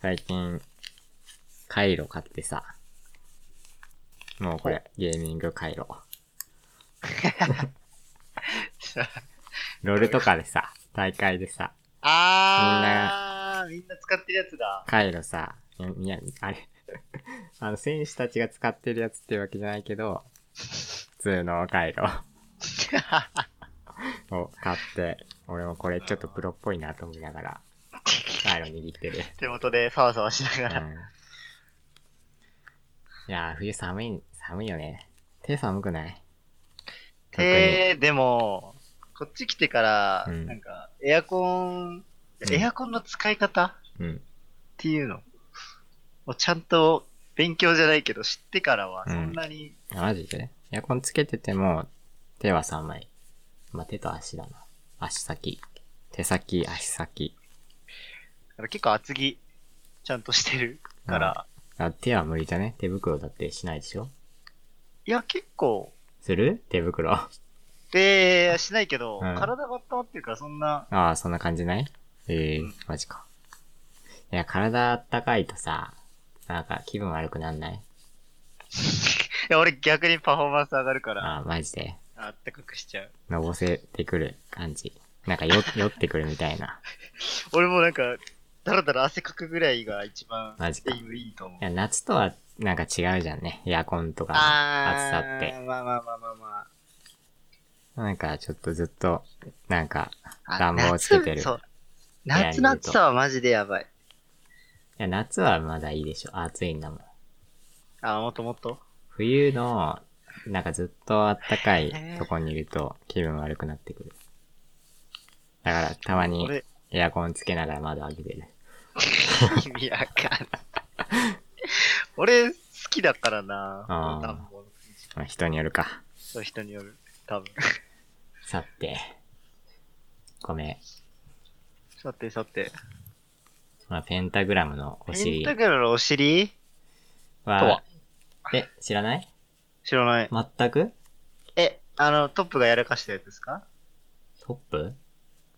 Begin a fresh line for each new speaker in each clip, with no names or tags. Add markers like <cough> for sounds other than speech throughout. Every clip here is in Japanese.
最近、回路買ってさ。もうこれ、ゲーミング回路。ロールとかでさ、大会でさ、
<laughs> あー、みんな使ってるやつだ。
回路さ、いや、いやあれ、 <laughs> あの、選手たちが使ってるやつってわけじゃないけど、普通の回路を買って、俺もこれちょっとプロっぽいなと思いながら、回路握ってる。
手元でサワサワしなが
う
ら。
ん <laughs> いやー、冬寒い、寒いよね。手寒くない特に
えー、でも、こっち来てから、
うん
なんか、エアコン、
うん
エアコンの使い方っ
うん。
ていうのをちゃんと勉強じゃないけど知ってからは、そんなに、
あマジでエアコンつけてても、手は寒い。まあ、手と足だな。足先。手先、足先。
なんか結構厚着、ちゃんとしてるから、
あ手は無理じゃね手袋だってしないでしょ
いや、結構、
する手袋。 <laughs> あ
で、しないけど、
うん
体が温まってるからそんな、
あ、そんな感じないええー、マジか。いや、体あったかいとさ、なんか気分悪くなんない
いや、俺逆にパフォーマンス上がるから、
ああ、マジで。
あったかくしちゃう。
のぼせてくる感じ。なんかよ、 <laughs> 酔ってくるみたいな。
俺もなんか、だらだら汗かくぐらいが一番
マジか
いいと思う
い。や、夏とはなんか違うじゃんね。エアコンとかの暑さっ
ー
て。
まあまあまあまあま
なんかちょっとずっと、なんか、
ああ。
暖房つけてる
夏そう。
部屋にいると
夏の暑さはマジでやばい。
いや、夏はまだいいでしょ。暑いんだもん。
あ、もっともっと
冬の、なんかずっとあったかいとこにいると気分悪くなってくる。だから、たまに
俺、
エアコンつけながら窓開けてる。
意味わかんない。俺、好きだからな。
あー
暖房の感じ
まあ、人によるか。
そう、人による。多分。
さて、ごめん。
さてさて。
まあ、ペンタグラムのお
ペン
尻
タグラムのお尻と
は
は、
え、知らない
知らない。
全く
え、あの、トップがやらかしたやつですか
トップ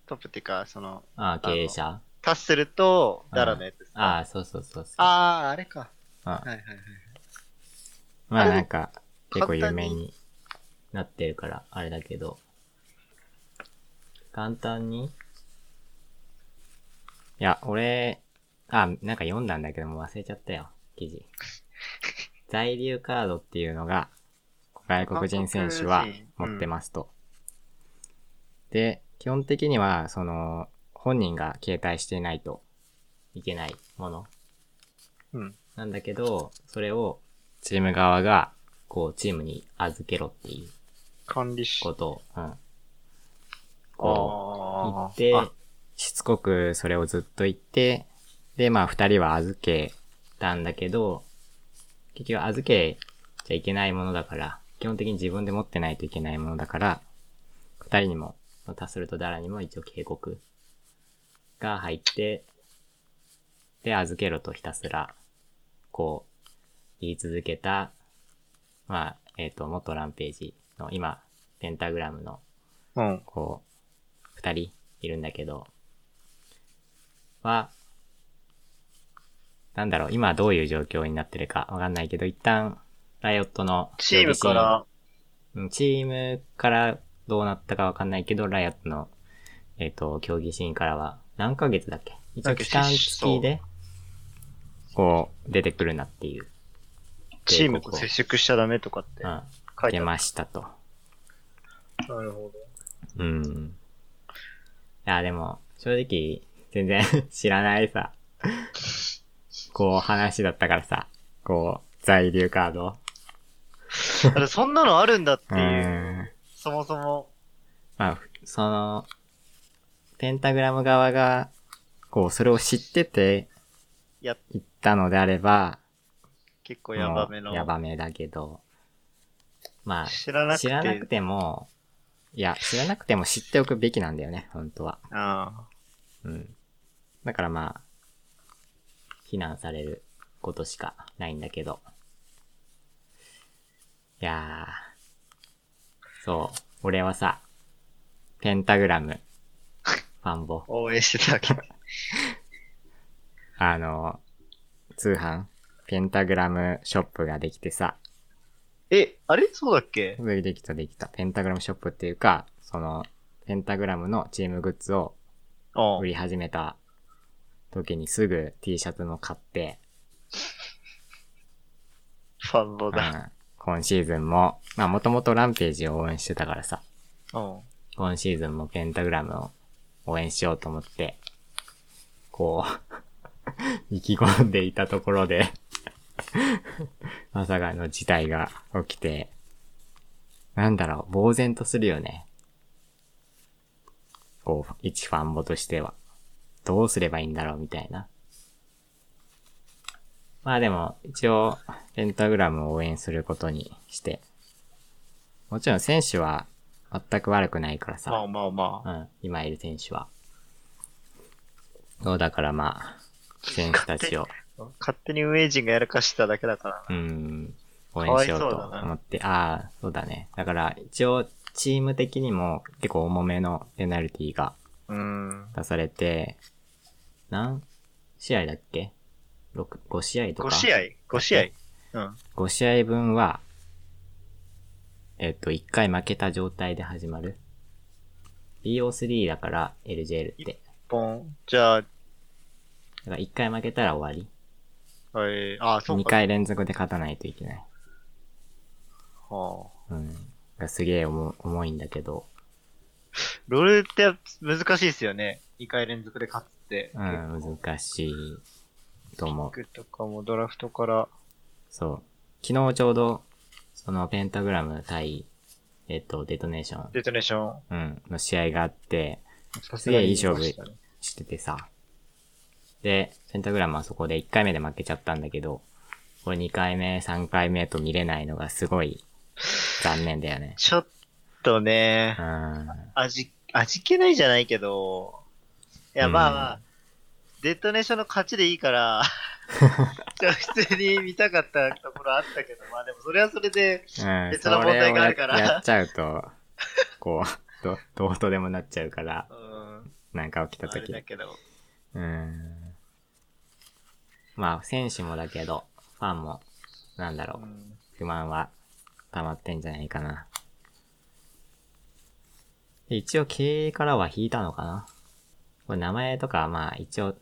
トップっていうか、その、
ああ、経営者
タッスルとダラのやつですか
ああ、そうそうそうそう。
あー、あれか。
あ
はいはいはい。
まあ
あれ
なんか、結構有
簡単に
名になってるから、あれだけど。簡単にいや、俺、あ、なんか読んだんだけどもう忘れちゃったよ、記事。在留カードっていうのが、外国人選手は
韓国人
持ってますと。で、基本的には、その、本人が携帯していないといけないもの
うん。
なんだけど、それをチーム側が、こう、チームに預けろっていう
管理士。
ことを、うん。こう、言
あ
って
ーあ、
しつこくそれをずっと言って、で、まあ、二人は預けたんだけど、結局預けちゃいけないものだから、基本的に自分で持ってないといけないものだから、二人にも、タスルとダラにも一応警告が入って、で、預けろとひたすら、こう、言い続けた、まあ、えっ、と、元ランページの、今、ペンタグラムの
うん。
こう、二人いるんだけど、は、なんだろう、今どういう状況になってるかわかんないけど、一旦、ライオットの、
チームから、
うん、チームからどうなったかわかんないけど、ライアットの、えっ、と、競技シーンからは、何ヶ月だっけ一
だ
応
っけ
期間付きで、こう、出てくるなっていう、
チームと接触しちゃダメとかって
うん、
書い
出
てある。
ましたと。
なるほど。
うん。いや、でも、正直、全然 <laughs> 知らないさ、こう話だったからさ、こう、在留カード。
だからそんなのあるんだって
う
いう、
ん。
そもそも。
まあ、ふその、ペンタグラム側が、こう、それを知ってて
いや、
行ったのであれば、
結構やばめ
も
の。
うやばめだけど、ま
知らな
あ、
くて。
知らなくても、いや、知らなくても知っておくべきなんだよね、本当は。
あ
うん。だからまあ、非難されることしかないんだけど。いやー。そう。俺はさ、ペンタグラム、ファンボ
あ。、応援してたけど。
あの、通販、ペンタグラムショップができてさ、
<laughs> え、あれそうだっけ
できたできた。ペンタグラムショップっていうか、その、ペンタグラムのチームグッズを
ああ
売。り始めた時にすぐ T シャツも買って、
ファンボ
う
だ。
ん今シーズンも、まあもともとランページを応援してたからさ、
うん。
今シーズンもペンタグラムを応援しようと思って、こう、 <laughs> 意気込んでいたところで、まさかの事態が起きて、なんだろう、呆然とするよね。こう、一ファンボとしては。どうすればいいんだろう、みたいな。まあでも、一応、ペンタグラムを応援することにして、もちろん選手は全く悪くないからさ。
まあまあま
うん、今いる選手は。そうだからまあ、選手たち
<laughs>
を、
あ。勝手に運営陣がやらかしただけだから
うん、応援しようと
かわいそうだな
思って、ああ、そうだね。だから一応、チーム的にも結構重めのペナルティが
な。うん。
出されて、何試合だっけ ?5 試合とか。
5試合 ?5 試合うん。
5試合分は、えっと、1回負けた状態で始まる。BO3 だから、LJL って。
ポン。じゃあ、
だから1回負けたら終わり。
えー、ああ、そう
2
か。
回連続で勝たないといけない。
は
う
あ
ん。がすげえ重重いんだけど。
ロールって難しいですよね。2回連続で勝つって。
うん、難しいと思う。
僕とかもドラフトから。
そう。昨日ちょうど、そのペンタグラム対、えっと、デトネーション、
デトネーション。
うん、の試合があって、
さ
すげえいい勝負
見ましたね
しててさ。で、ペンタグラムはそこで1回目で負けちゃったんだけど、これ2回目、3回目と見れないのがすごい残念だよね。
ちょっとね
う、ん。
味、味気ないじゃないけど、いや、
うん
まあまあ、デトネーションの勝ちでいい
<laughs>
から、ちょ普通に見たかったところあったけど、まあでもそれはそれで、
うん、
別の問題があるから
それをやや <laughs> っちゃうと、こう、ど、どうとでもなっちゃうから
う、ん、
なんか起きた
あれ
時
だけど、
うん。まあ、選手もだけど、ファンも、なんだ
う
ろう、
ん、
不満は溜まってんじゃないかな。で一応経営からは引いたのかなこれ名前とか、まあ一応、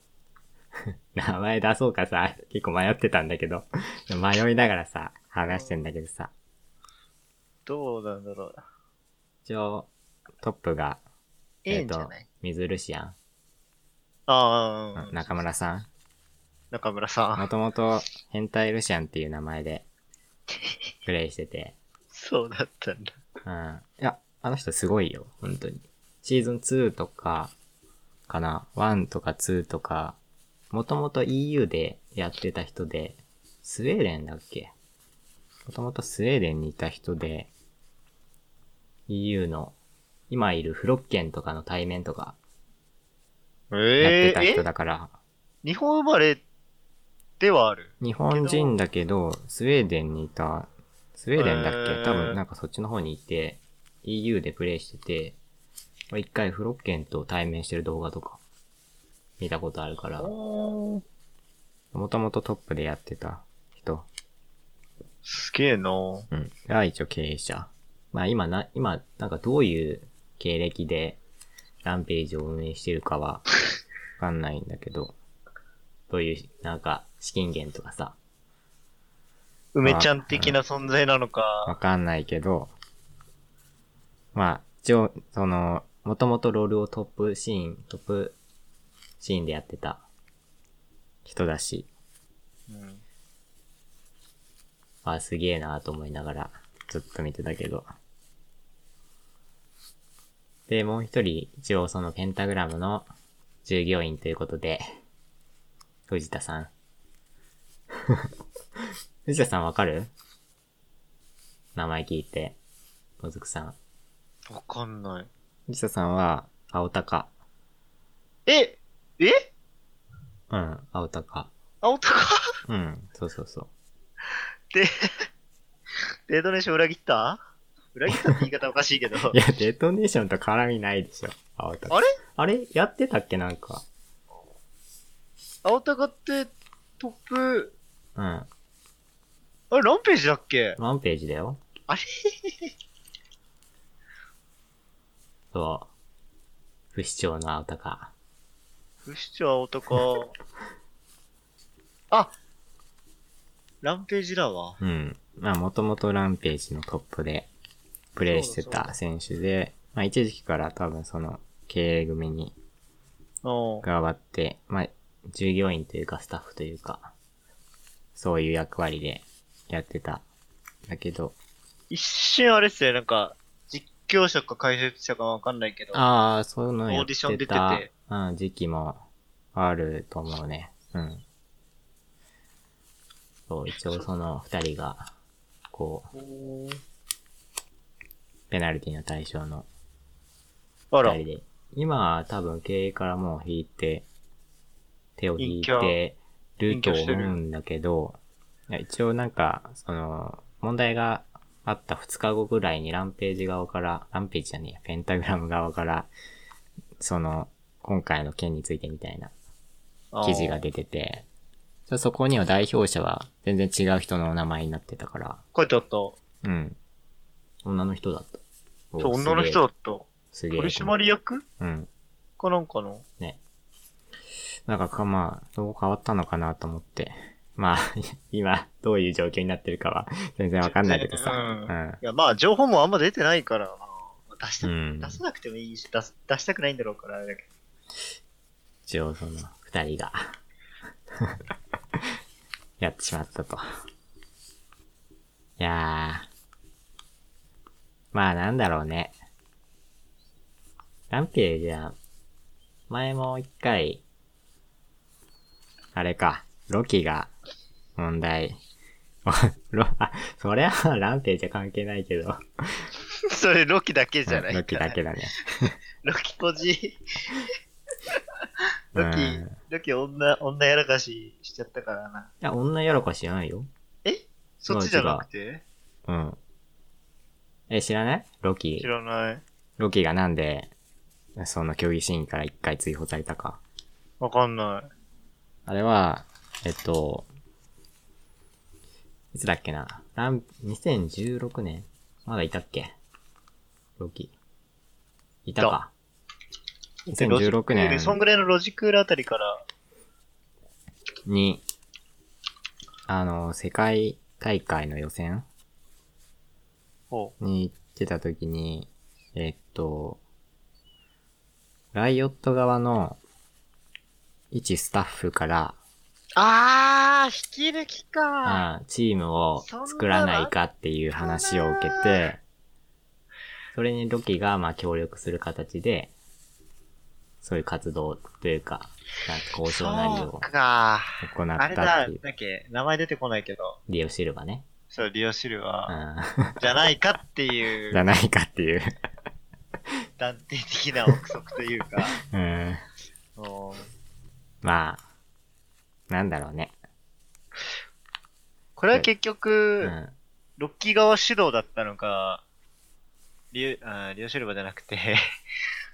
<laughs> 名前出そうかさ、結構迷ってたんだけど、迷いながらさ、話してんだけどさ、
どうなんだろう。
一応、トップが、
ええんじゃ
と
ない、
ミズルシアン、
ああ、うん
中村さ
中村さ
ん。も
ん。
ともと、変態ルシアンっていう名前で、プレイしてて。
そうだったんだ。
うん。いや、あの人すごいよ、本当に。シーズン2とか、かな、1とか2とか、もともと EU でやってた人で、スウェーデンだっけもともとスウェーデンにいた人で、EU の、今いるフロッケンとかの対面とかやっ
え
て
ー
た人
え
だから、
日本生まれではある。
日本人だけど、スウェーデンにいた、スウェーデンだっけ、
へー
多分なんかそっちの方にいて、EU でプレイしてて、まあ一回フロッケンと対面してる動画とか、見たことあるから、
おー
もともとトップでやってた人、
すげえなー
うん、が一応経営者。まあ今な、今、なんかどういう経歴で、ランページを運営してるかは、わかんないんだけど、どういう、なんか、資金源とかさ、
梅ちゃん的な存在なのか。
わかんないけど、まあ、一応、その、もともとロールをトップシーン、トップシーンでやってた人だし、
うん
あすげえなと思いながら、ずっと見てたけど。で、もう一人、一応そのペンタグラムの従業員ということで、藤田さん。 <laughs> 藤田さんわかる名前聞いて、もずくさん。
わかんない。
藤田さんは、青鷹。
ええ
うん、青鷹。
青高 <laughs>
うん、そうそうそう。
で、デートネーション裏切った裏切ったって言い方おかし <laughs> いけど。
いや、デトネーションと絡みないでしょ。青鷹。
あれ
あれやってたっけなんか。
青高って、トップ、
うん。
あれ、ランページだっけ
ワンページだよ。<laughs>
あれ
そう。不死鳥の青鷹。
不死鳥
<laughs>
青男。あランページだわ。
うん。まあ、もともとランページのトップでプレイしてた選手で、まあ、一時期から多分その経営組に
うん。
加わって、まあ、従業員というかスタッフというか、そういう役割でやってた。だけど、
一瞬あれっすよ、なんか、実況者か解説者かわかんないけど、
ああ、そういうのやっ
オーディション
て
出て
た
て
うん、時期もあると思うね。うん。そう、一応その二人が、こう、
おー
ペナルティの対象の
あら
二人、で。今は多分経営からもう引いて、手を引い
隠
てると
隠居して
思
る
うんだけど、いや一応なんか、その、問題があった2日後ぐらいにランページ側から、ランページじゃねえや、ペンタグラム側から、その、今回の件についてみたいな記事が
て
出てて、そこには代表者は全然違う人のお名前になってたから、
書いてあった。そ
うん。女の人だった。
う、
お
女の人だった。
すげえ。
取
すげえ
締役
うん。
かなんかの
ね。なんかか、まあ、どう変わったのかなと思って。まあ、 <laughs> 今、どういう状況になってるかは、全然わかんないけどさ。
う
う
いや、まあ、情報もあんま出てないからな、出した、
ん。うん
出。さなくてもいいし、出す出したくないんだろうから、あれだけど。
一応、その、二人が、やってしまったと。いやー。まあ、なんだろうね。ランページは、前も一回、あれか、ロキが、問題。 <laughs> ロあ、それは <laughs> ランページは関係ないけど。
<laughs> それ、ロキだけじゃない
ロキだけだね。
<laughs> ロキポ
<laughs>
ジ。
う
ロキ
ん。い、
ロキ女、女やらかししちゃったからな。
や、女喜しじゃないよ。
そっちじゃなくて
うん。え、知らないロキ
知。らない。
ロキがなんで、その競技シーンから一回追放されたか。
わかんない。
あれは、えっと、いつだっけな。ラン、2016年まだいたっけロキ。いたか。2016
ロジそ
年
んぐらいのロジクールあたりから、
に、あの、世界大会の予選
ほ
に行ってた時に、えっと、ライオット側の一スタッフから、
う。あー、引き抜きか。
あチームを作らないかっていう話を受け
そんな
て、それにロキがまあ協力する形で、そういう活動というか、なんか交渉なり
そう
を
か。
行っ
あれ
たっ
だ、
ていう。
だっけ、名前出てこないけど、
リオシルバね。
そう、リオシル
う
は、 <laughs>
ん。
じゃないかって
じ
い
ゃ
う、
ないかっていう。
断定的な憶測とい
<laughs>
うか、
うん。
うん
まあ、なんだろうね。
これは結
う
局、
ん。
ロッキー側指導だったのか、リュあーリオシルバじゃなく
<laughs>
て、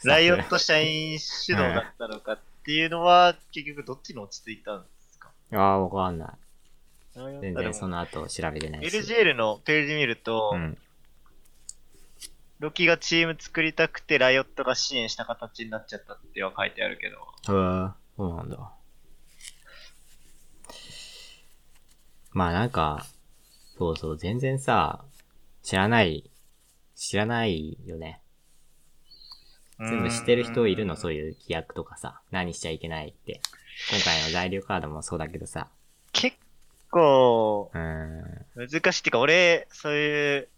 ライオット社員指導だったのかっていうのは、結局どっちに落ち着いたんですか
ああ、わかんない。
ライオ
全
ットで
然そ
も
の後調べてないし。
LGL のページ見ると、
うん。
ロッキーがチーム作りたくて、ライオットが支援した形になっちゃったっては書いてあるけど、
へーそうなんだ。まあなんか、そうそう、全然さ、知らない、知らないよね。全部知ってる人いるの、そう
いうーん。
いう規約とかさ、何しちゃいけないって。今回の在留カードもそうだけどさ、
結構、
うーん、
難しいっていうか、俺、そういう、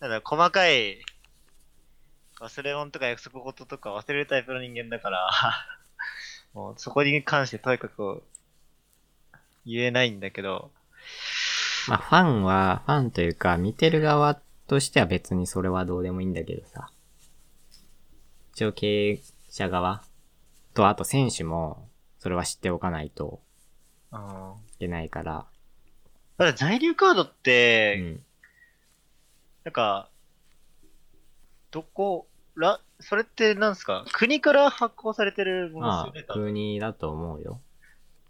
なんだろう、細かい、忘れ物とか約束事とか忘れるタイプの人間だから、 <laughs> もうそこに関してとにかく言えないんだけど、
まあファンは、ファンというか、見てる側としては別にそれはどうでもいいんだけどさ。一応経営者側と、あと選手も、それは知っておかないと
うん。
いけないから。
ただ在留カードっ
う
て、
ん。
なんか、どこ、ら、それってなんですか国から発行されてるも
ま
のですよね
あ、
多分、
国だと思うよ。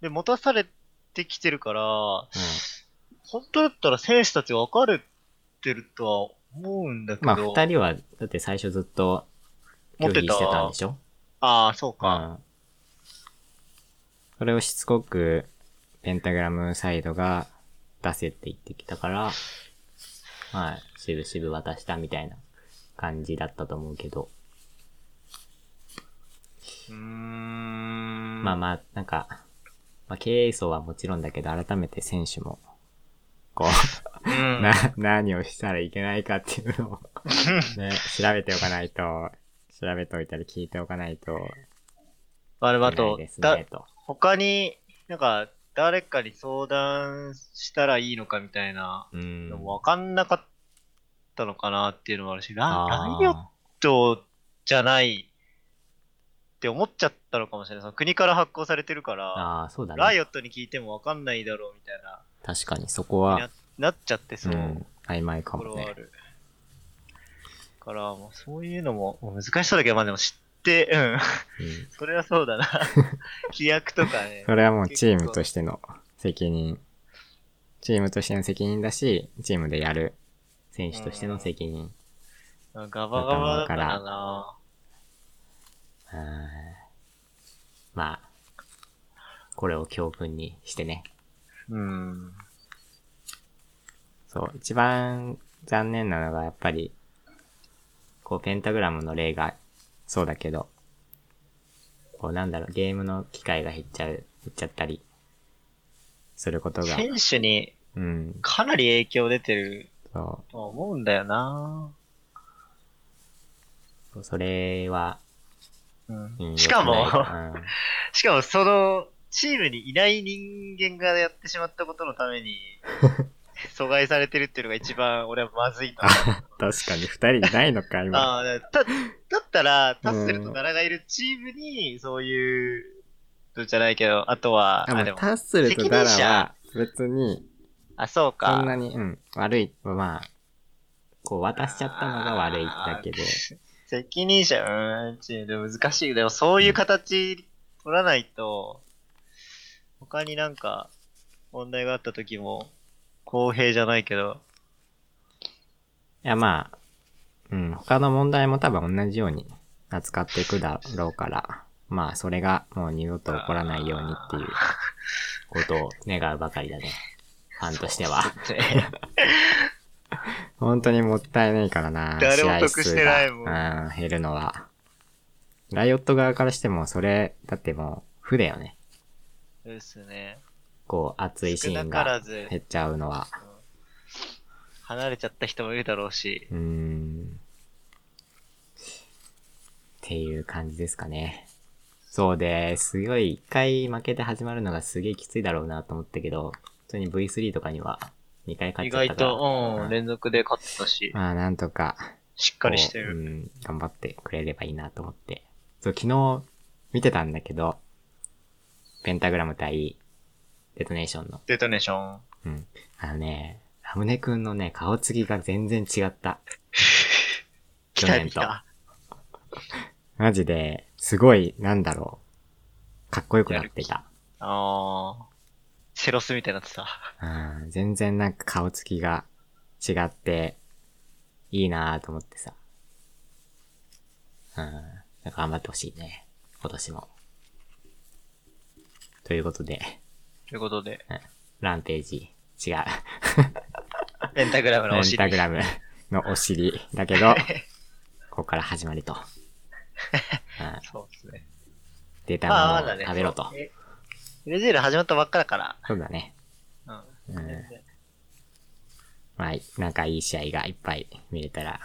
で、持たされってきてるから、本当だったら選手たち分かれてるとは思うんだけど。
まあ、二人は、だって最初ずっと、
持っ
拒
て
否
た
してたんでしょ
ああ、そう
う
か。
ん。それをしつこく、ペンタグラムサイドが出せって言ってきたから、まあ、しぶしぶ渡したみたいな感じだったと思うけど、
うーん。
まあまあ、なんか、まあ、経営層はもちろんだけど、改めて選手も、こ
うん
う、
<laughs>
な、 <laughs> 何をしたらいけないかっていうのを、ね、調べておかないと、調べておいたり聞いておかないと、
あれはあ
いけない
と、
です
だ
ね、と。
他に、なんか、誰かに相談したらいいのかみたいな
うん。
のも分かんなかったのかなっていうのもあるし、な
あ
ラ
ー
イオットじゃないって思っちゃったのかもしれない。その国から発行されてるから、
あー、そうだ
ライ
ね。
オットに聞いても分かんないだろうみたいな、
確かに、そこは、
なっちゃってそう。
ん、曖昧
と
か
ころ
も
はあ
ね。
る。だから、もうそういうのももう難しそうだけど、まあでも知って、うん。 <laughs>
うん。
それはそうだな。規約とかね。
それはもうチームとしての責任。チームとしての責任だし、チームでやる選手としての責任。
ガバガバだからな。
うーんまあ、これを教訓にしてね。
うん。
そう、一番残念なのがやっぱり、こう、ペンタグラムの例が、そうだけど、こう、なんだろう、ゲームの機会が減っちゃう、減っちゃったり、することが、
選手に
うん、
かなり影響出てる
そ
とは思うんだよな。
う、それは、
うん
うん
しか
良
も
く、ないうん
しかもその、チームにいない人間がやってしまったことのため
<laughs>
に、阻害されてるっていうのが一番俺はまずいと思う。
確かに二人いないのか、今。
ああ、だだだったら、タッセルと奈良がいるチームに、そういう、のじゃないけど、あとは、
で
<laughs> あ、
も
でも、
タッスルとダラは、別に、
あ、そうか。
そんなに、うん、悪い、まあ、こう、渡しちゃったのが悪いだけで、
責任者、うーん、チームで難しい。でも、そういう形取らないと、他になんか、問題があった時も、公平じゃないけど、
いや、まあ、うん、他の問題も多分同じように扱っていくだろうから、まあ、それがもう二度と起こらないようにっていうことを願うばかりだね。ファンと
<laughs>
しては。
そうですね
本当にもったいないからな。
誰も得
試合数
してないもん
がうん、減るのは。ライオット側からしても、それ、だってもう、負だよね。
そうですね。
こう、熱いシーン
少なから
が
ず
減っちゃうのは。
離れちゃった人もいるだろうし、
うーん。っていう感じですかね。そうで、すごい、一回負けて始まるのがすげえきついだろうなと思ったけど、普通に V3 とかには2回勝
意
っちゃった
外
から。
と、
う
うん、
ん
連続で勝ってたし、
まあ、なんとか。
しっかりして
こう
る。
うん、頑張ってくれればいいなと思って。そう、昨日見てたんだけど、ペンタグラム対デトネーションの。
デトネーション。
うん。あのね、ラムネくんのね、顔つきが全然違った。
来
去
た
年
来
と。
た。
マジで、すごい、なんだろう。かっこよくなってた。
あー。セロスみたいになってた。
うん、全然なんか顔つきが違って、いいなぁと思ってさ。うん、なんか頑張ってほしいね。今年も。ということで、
ということで、
ランページ、違う。
ペンタグラムの
イ
お
ンス
尻。
タグラムのお尻だけ
<laughs>
ど、ここから始まりと。うん、
そうですね。
出た
まあ、ま
も
だ
の
ね。
を食べろと
そう。。えベネズエラ始まったばっかだから。
そうだね。
うん。
うん
全然
まあ、なんかいい試合がいっぱい見れたら、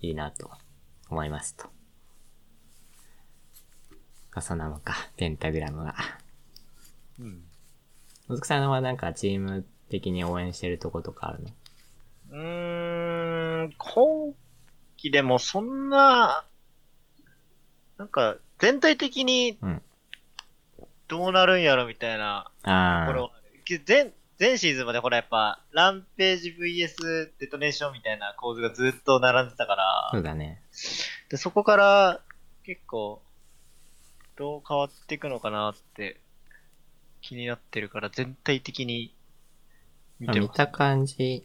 いいなと思いますと。まあ、そんなもんか、ペンタグラムは。
うん。
のずくさんはなんかチーム的に応援してるとことかあるの
うーん、今季でもそんな、なんか、全体的に
うん、
どうなるんやろみたいな、
あ
これはあるけ前、前シーズンまでほらやっぱ、ランページ VS デトネーションみたいな構図がずっと並んでたから
あ、、そうだね。
で、そこから結構、どう変わっていくのかなって、気になってるから、全体的に見
まあ
て
見
ます。
た感じ、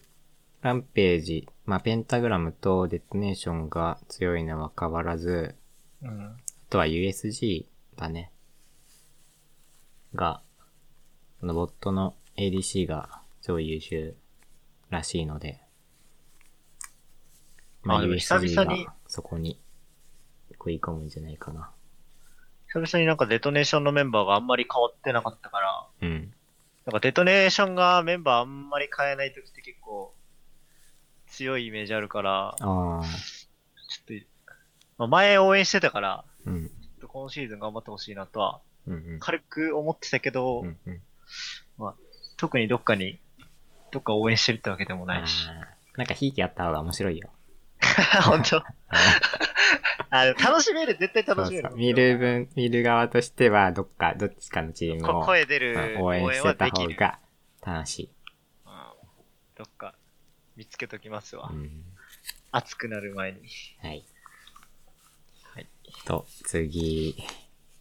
ランページ、まあ、ペンタグラムとデトネーションが強いのは変わらず、
うん。
あとは USG だね。が、このボットの ADC が超優秀らしいので、まあ、
あでも
USG
久々に
がそこに食い込むんじゃないかな。
久々になんかデトネーションのメンバーがあんまり変わってなかったから、
うん。
なんかデトネーションがメンバーあんまり変えないときって結構強いイメージあるから、
ああ、
ちょっと、まあ、前応援してたから、
うん。
ちょっと今シーズン頑張ってほしいなとは、
うんうん。
軽く思ってたけど、
うんうん
特にどっかに、どっか応援してるってわけでもないし。
あーなんかひいきあった方が面白いよ。
<laughs> 本当あでも楽しめる、絶対楽しめ
そう
る
そう。見る分、見る側としては、どっか、どっちかのチーム
こ
を
声出
うん
る
応
応援
援し
は
てた
でき
方
る。
が楽しい。
うんどっか見つけときますわ
う。ん
熱くなる前に。
はい。
はい。
と、次、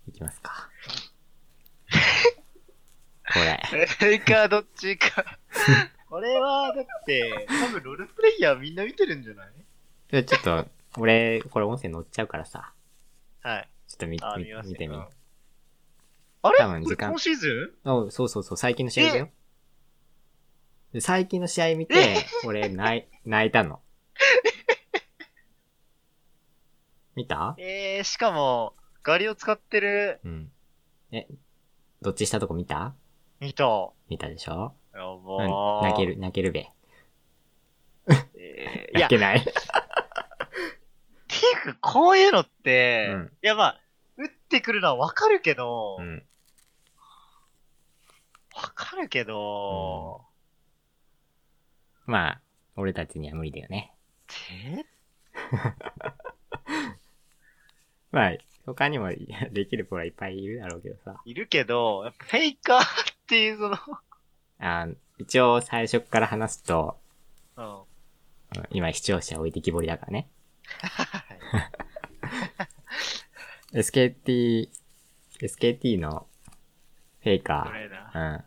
いきます <laughs> か。これ。
それか、どっちか。これは、だって、多分ロールプレイヤーみんな見てるんじゃない
じゃあちょっと、俺、これ音声載っちゃうからさ。
はい。
ちょっと見
あ、
見
見ます
見
け
てみ
ど
よ。
あれ
多分時間
これ今シーズ
う。おそうそうそう、最近の試合だよ。で最近の試合見て、俺、
<laughs>
泣い、泣いたの。見た
ンえー、しかも、ガリを使ってる、
うん。え、どっちしたとこ見た
見た。や
見たでしょ
ば
うん
ー。
泣ける、泣けるべ。
えー。
泣
いや、
けない。
<laughs> ていうか、こういうのって、
うん
いや、まあ、打ってくるのはわかるけど、
う
わ、
ん。
かるけど、
まあ、俺たちには無理だよね。
え
まあ、他にもできる子はい <laughs> っぱいいるだろうけどさ。
いるけど、やっぱフェイカーっていうその、
あ一応最初から話すと、
う
う
ん。
ん今視聴者置いてきぼりだからね。SKT、SKT のフェイ
ト
カ
レーナー。
ー、うん。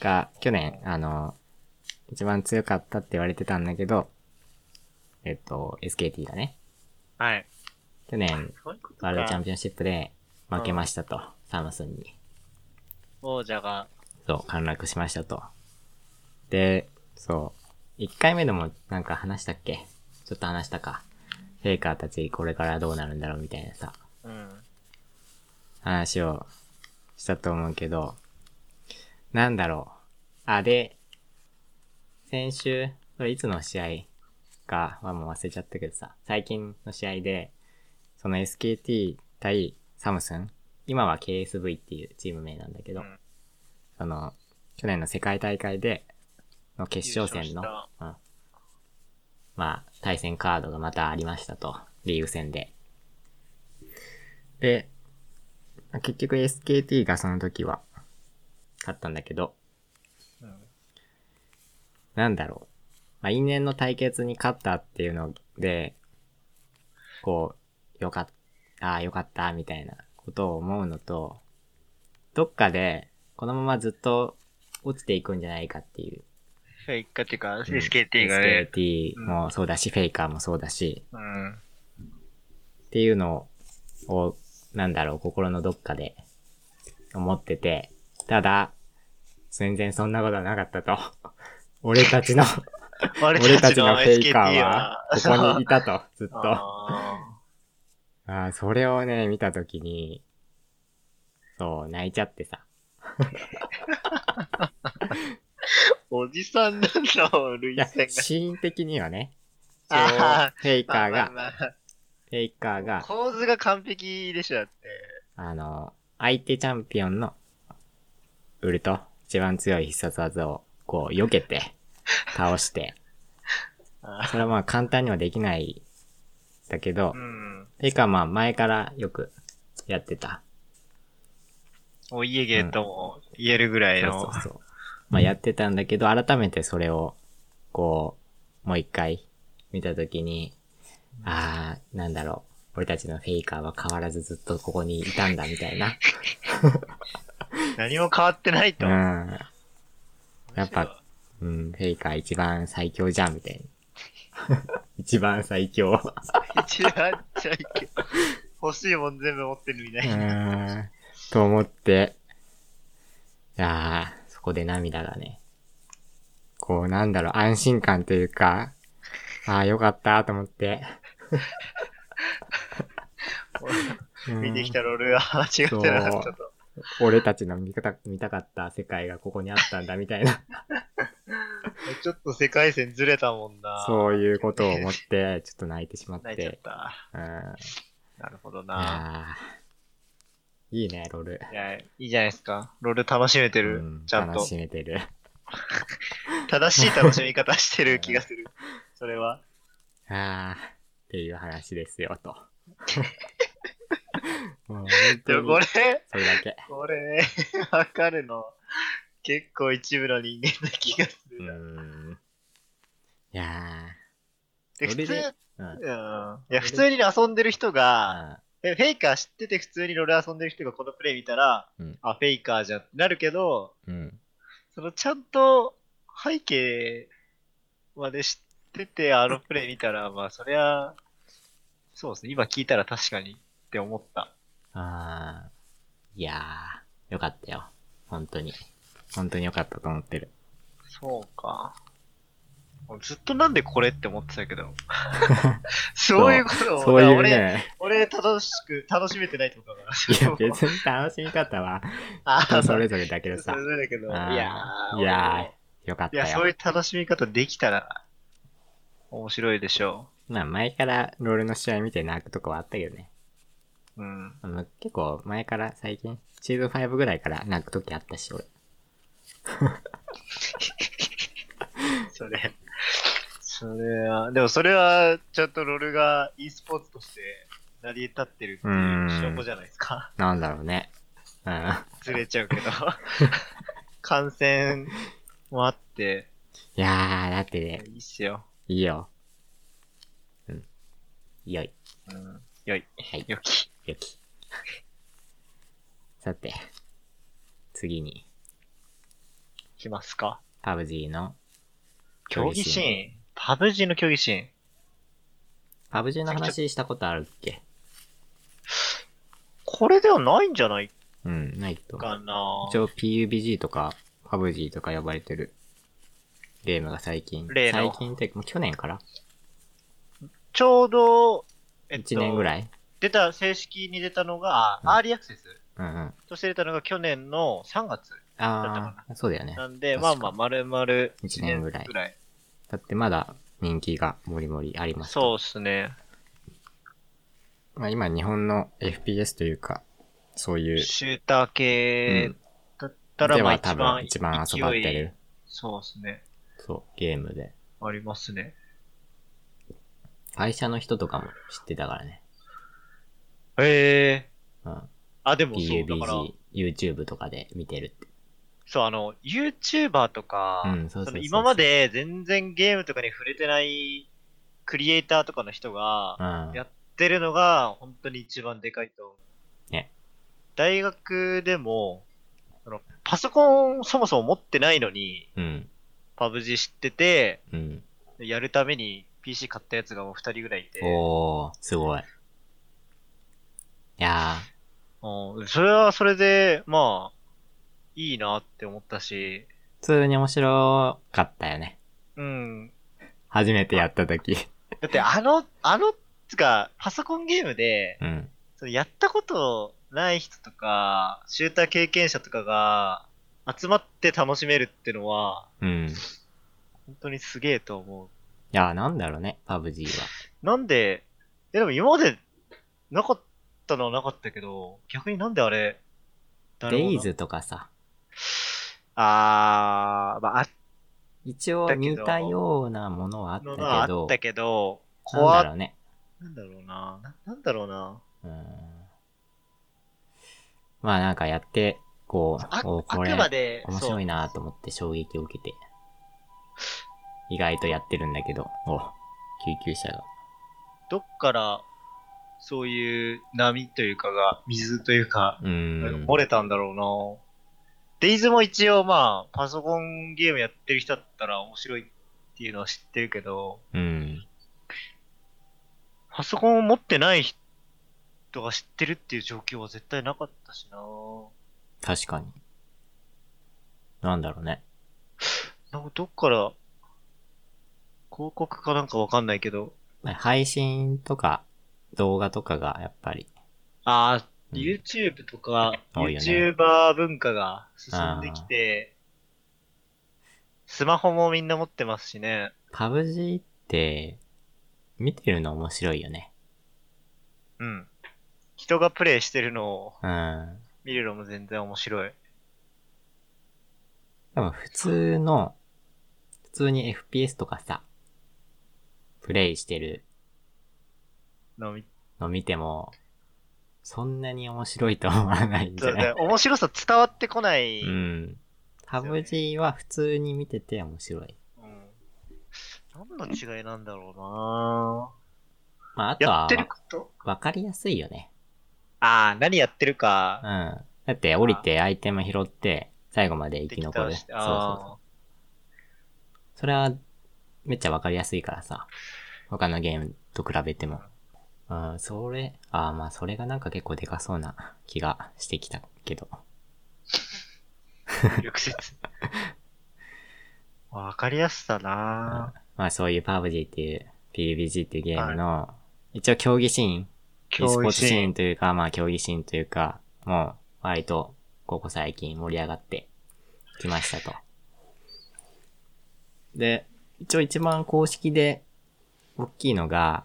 が、去年、あの、一番強かったって言われてたんだけど、えっと、SKT がね、
はい。
去年、
そういうこと
ワールドチャン
か。
ピオンシップで負けましたと、サムスンに。
王者が。
そう、陥落しましたと。で、そう。1回目でもなんか話したっけちょっと話したか。フェイカーたちこれからどうなるんだろうみたいなさ、
うん。
話をしたと思うけど、なんだろう。あ、で、先週、これいつの試合かはもう忘れちゃったけどさ、最近の試合で、その SKT 対サムスン今は KSV っていうチーム名なんだけど、
うん
その、去年の世界大会で、の決勝戦の、
優勝
うん、まあ、対戦カードがまたありましたと、リーグ戦で。で、まあ結局 SKT がその時は、勝ったんだけど、
うん
なんだろう。まあ、因縁の対決に勝ったっていうので、こう、よかった、ああ、よかった、みたいなことを思うのと、どっかで、このままずっと落ちていくんじゃないかっていう。
フェイカーっていうか、
うん
SKT がね。
SKT もそうだし、フェイカーもそうだし、
うん。
っていうのを、なんだろう、心のどっかで思ってて、ただ、全然そんなことはなかったと。 <laughs> 俺たちの
<laughs>
俺たちのフェイカーは、ここにいたと、ずっと。あ
<laughs> あ
あー、それをね、見たときに、そう、泣いちゃってさ。
ーおじさんなんだもん、ル
い
イ
や、シ
セン
ーン的にはね、一応
<laughs> あ
フェイ
が。
カー
まあ
が、
まあまあ
フェイカーが、
構図が完璧でしょ、だって。
あの、相手チャンピオンの、ウルト、一番強い必殺技を、こう、避け
<laughs>
て、倒して、
あー
それはまあ簡単にはできない、だけど
う、ん。
フェイカーはまあ前からよくやってた
お家芸とも言えるぐらい
そ
の
う。そうそう。まあやってたんだけど、改めてそれを、こう、もう一回見たときに、あー、なんだろ
<laughs>
う。俺たちのフェイカーは変わらずずっとここにいたんだ、みたいな。
何も変わってないと。
う
むし
ん。
ろ
やっぱ。うん、フェイカー一番最強じゃん、みたいな。 <laughs> 一番最強。
一番ちゃいけ。欲しいもん全部持ってるみた
う
いな。
ーんと思って、いやー、そこで涙がね、こうなんだろう、安心感というか、ああ、よかったと思って。うん
見てきたロールが間違ってなかったと。
俺たちの見た見たかった世界がここにあったんだみたい
<laughs>
な、
ちょっと世界線ずれたもんな。
そういうことを思って、ちょっと泣いてしまっ。
泣いちゃってた。
うん、い
なるほどな。
やーいいね、ロール。
いや、いいじゃないですか。ロール楽しめてる。
うん
ちゃん
楽
と。
しめてる。
正しい楽しみ方してる気
<laughs>
がする。それは。
ああ、っていう話ですよ、
<laughs>
と。もう本
で
当
もこ
に、
れ、
それだけ。
これ、わかるの。結構一部の人間な気がす
う
るな。
ーん。いや
で、
そ
普
れ
通、
で
うん。
ー、
いや、普通に遊んでる人が、えフェイカー知ってて普通にロール遊んでる人がこのプレイ見たら、
うん
あ、フェイカーじゃんってなるけど、
うん。うん。
そのちゃんと背景まで知ってて、あのプレイ見たら、まあそりゃ、そうですね。今聞いたら確かにって思った。
ああ、いやー、よかったよ。本当に。本当によかったと思ってる。
そうか。ずっとなんでこれって思ってたけど。そういうことを、
そういう
俺、
ね、
俺楽しく、楽しめてないってことだから。
いや別に楽しみ方は
あ
人それぞれだけど
<laughs> そ
さ
れ、ぞれだけど、い
あー
やー
いやー
俺
よかっ
い
た
や、そうい
よ。
う楽しみ方できたら、面白いでしょ
まあ前からロールの試合見て泣くとこはあったけどね。
う。うん。
あの結構前から最近、シーズン5ぐらいから泣くときあったし、俺。
<laughs> それ。それは、でもそれは、ちゃんとロールが e スポーツとして成り立ってるっていう証拠じゃないですか。 <laughs>
なんだろうね。うん。
ずれちゃ
<laughs>
うけど。感染もあって、
いやー、だってね、
いいっすよ。
いいよ。うん。よい。
うん。よい。
はい。
よき。
よき。さて、次に、
いきますか。
パブ G の
競技シーン。パブ G の競技シーン。
パブ G の話したことあるっけ
これではないんじゃない
うん、ないと。
かな
一応 PUBG とか、パブ G とか呼ばれてるゲームが最近。
例の
最近って、もう去年から
ちょうど、え
?1 年ぐ
い。
らい
出た、正式に出たのが、
うん
あアーリーアクセス
うんうん。
として出たのが去年の3月った
あ
か
ー、そうだよね。
なんで、
確か
まあまあ、丸々1
一年ぐらい
ぐらい。
だってまだ人気がもりもりあります。
そうっすね。
まあ、今日本の FPS というか、そういう、
シューター系
うん
だったら、
で
まあ
は
一
多
番
分一番遊ばれて。
勢い
る、
そうっすね。
そう、ゲームで。
ありますね。
会社の人とかも知ってたからね。
へえ。
うん。
あ、でもそう、だから、
PUBG、YouTube とかで見てるって。
そう、あの、YouTuber とか、
うんそうそうそうそう
の今まで全然ゲームとかに触れてないクリエイターとかの人が
う、ん。
やってるのが、本当に一番でかいと思う。
ね。
大学でも、あのパソコンそもそも持ってないのに、
うん。
パブ G 知ってて、
うん。
やるために PC 買ったやつがもう2人ぐらいいて、
おー、すごい。いや
うん、それはそれで、まあ、いいなって思ったし、
ー、普通に面白かったよね。
うん。
初めてやった時。
だってあの、あの、つか、パソコンゲームで、
うん。
そのやったことない人とか、シューター経験者とかが、集まって楽しめるってのは、
うん。い
本当にすげえと思
やー、なんだろうね、パブ G は。
う。なんで、え、でも今までなかったのはなかったけど、逆になんであれ、誰もな
デイズとかさ、
あー、まあ、あっ
一応
だけど
似たようなものはあったた
の
け
はあ
ど
っ、たけど、
なんだ
怖
ろうね。
なんだろうな。ななんだろうな。
うーんまあなんかやって、こ
あ
う、お
あ
これ
くまで、
面
そ
白
う
いなと思って衝撃を受けて、意外とやってるんだけど、お救急車が。
どっから、そういう波というかが、水というか、
うーん。
漏れたんだろうな。デイズも一応まあ、パソコンゲームやってる人だったら面白いっていうのは知ってるけど、
うん。
パソコンを持ってない人が知ってるっていう状況は絶対なかったしな
確かに。なんだろうね。
なんかどっから、広告かなんかわかんないけど、
配信とか動画とかがやっぱり。
ああ、
うん
YouTube とか、
多いよね
YouTuber 文化が進んできて、スマホもみんな持ってますしね。
パブ G って、見てるの面白いよね。
うん。人がプレイしてるのを
うん。
見るのも全然面白い。
多分普通の、普通に FPS とかさ、プレイしてる
のみ
の見ても、そんなに面白いと思わないんじ
そ
ゃ
う
な
ね
い、
面白さ伝わってこない。
う
うん
ん。パブ G は普通に見てて面白い。
何の違いなんだろうな
まあ、あと
や
は
ってること
わかりやすいよね。
ああ、何やってる
うん。
か。
だって降りてアイテム拾って、最後まで生き残る。
敵
そう
倒して
そうそう。
あ
それは、めっちゃわかりやすいからさ。他のゲームと比べても。うん、それ、ああ、まあそれがなんか結構でかそうな気がしてきたけど。
あ、直接。
<laughs>
わかりやすさな
まあそういう PUBG っていう、PUBG っていうゲームの、一応競技シーン、e スポーツシーンというか、まあ競技シーンというか、もう割とここ最近盛り上がってきましたと。で、一応一番公式で大きいのが、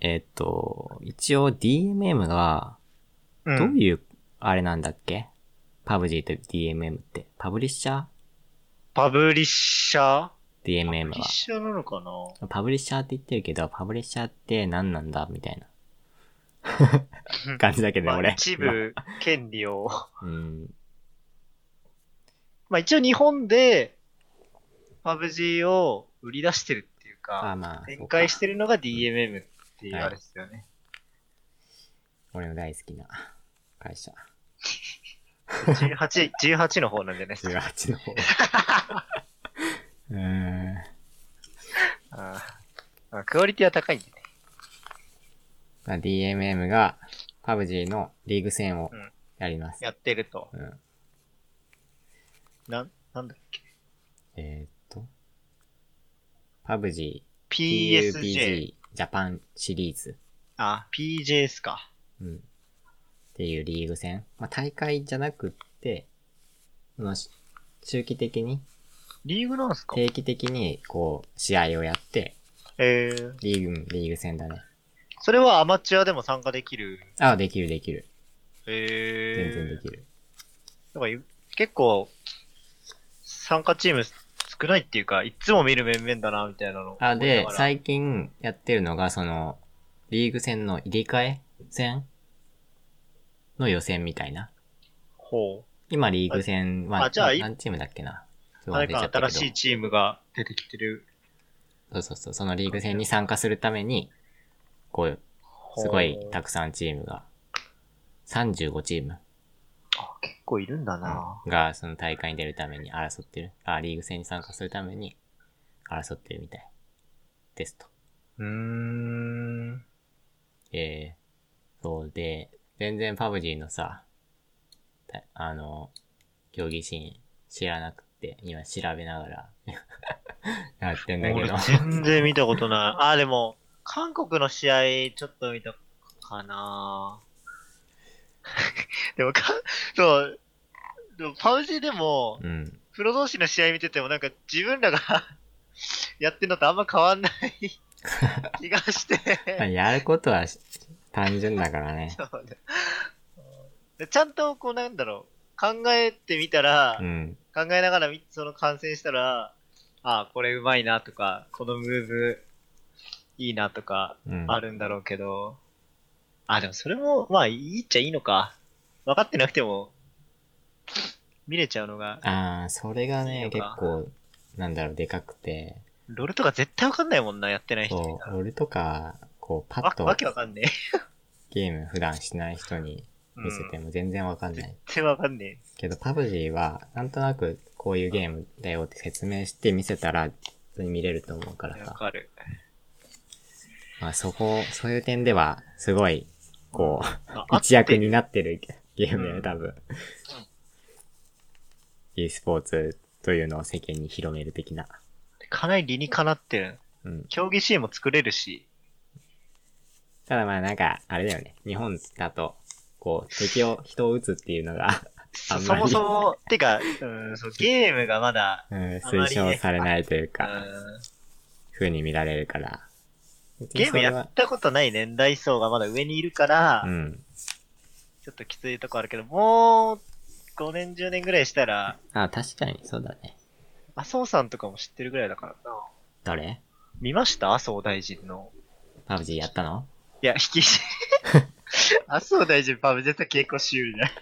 えっと、一応 DMM が、
うん
どういう、あれなんだっけ、?PUBG と DMM って、パブリッシャ
パブリッシャー
ー ?DMM
パブリッ
は。
シャーなのかな
パブリッシャーって言ってるけど、パブリッシャーって何なんだみた
<laughs>
いな感じだけどね、
まあ
俺。
一部権利を。 <laughs>
今。うん。
まあ一応日本で、パブ G を売り出してるっていう
まあ
か、
まあ、
展開して
る。
るのが DMM っていうあれですよね。
俺の大好きな会社。 <laughs>
18、18の方なんじゃないですか。
18の方。うーん。
ああクオリティは高いんでね。
まあ、DMM が、パブ G のリーグ戦を
うん
やります。
やってると。
うん、
なん、なんだっけ
えーっと、パブ G、
?PSJ。
PUBG、ジャパンシリーズ。
あ、PJS か。
うん。っていうリーグ戦。まあ、大会じゃなくって、そのし周期的に、
リーグなんすか
定期的に、こう、試合をやって、
えー、
リーグ、うんリーグ戦だね。
それはアマチュアでも参加できる。
あ、できるできる。
えー、
全然できる。
だから結構、参加チーム少ないっていうか、いつも見る面々だな、みたいなの。
あ、で、
最
最近やってるのが、その、リーグ戦の入れ替え戦の予選みたいな。
後。
今、リーグ戦は、
あじゃあい
何チームだっけなちょっと忘
誰
れちゃ
か
ったけど
新しいチームが出てきてる。
そうそうそう。そのリーグ戦に参加するために、こう、すごいた
く
くさんチームが、35チーム
結構いるんだな。
がその大会に出るために争ってる。あ、リーグ戦に参加するために争ってるみたいですと。
うーん。
えー、そうで、全然パブジーのさ、たあの、競技シーン知らなくて、今調べながら <laughs> やってんだけ
俺
ど。
全然見たことない。あ、でも、韓国の試合ちょっと見たか
<laughs>
な。でもか、そう、でもパウジでも、
うん。
プロ同士の試合見ててもなんか自分らが <laughs> やってるのとあんま変
<laughs>
わんない気がして。
まあやることはし単純だからね。
そうねでちゃんとこうなんだろう、考えてみたら、
うん。
考えながらみその観戦したら、ああ、これうまいなとか、このムーブいいなとか
うん。
あるんだろうけど、あ、でもそれもまあいいっちゃいいのか。分かってなくても、見れちゃうのが、
ああ、それが
い
ね、
い
結
のか
構、なんだろう、でかくて。
ロールとか絶対分かんないもんな、やってない人
そ、
みたいう
俺とか、こう、パ
な。わ
ッ
わ
と
けわかんねえ。
ゲーム普段しない人に見せても全然わかんない。
全然わかんね
けど、パブ G は、なんとなくこういうゲームだよって説明して見せたら、普通に見れると思うから
え。わ
さ。
かる。
まあそこ、そういう点では、すごい、こ
あ
う、一躍。
合っ
になってるゲームだよね、
うん
多分。e スポーツというのを世間に広める的な。
てるかなり理にかなってる。
うん。
競技シーンも作れるし。
ただまあなんか、あれだよね。日本だと、こう、敵を、人を撃つっていうのが、あ
そ
ん
そ
まり
もそも、てか、うん、そう、ゲームがまだ、
うん、推奨されないという
う
か、
ん、
風に見られるから。
ゲームや
は
ったことない年代層がまだ上にいるから、
うん。
ちょっときついとこあるけど、もう、5年、10年ぐらいしたら、
あ、確かに、そうだね。
麻生さんとかも知ってるぐらいだからな。
誰
見ました麻生大臣の。
パブ G やったの
いや、引
<laughs>
き、麻生大臣パブジェット結構シュールじゃない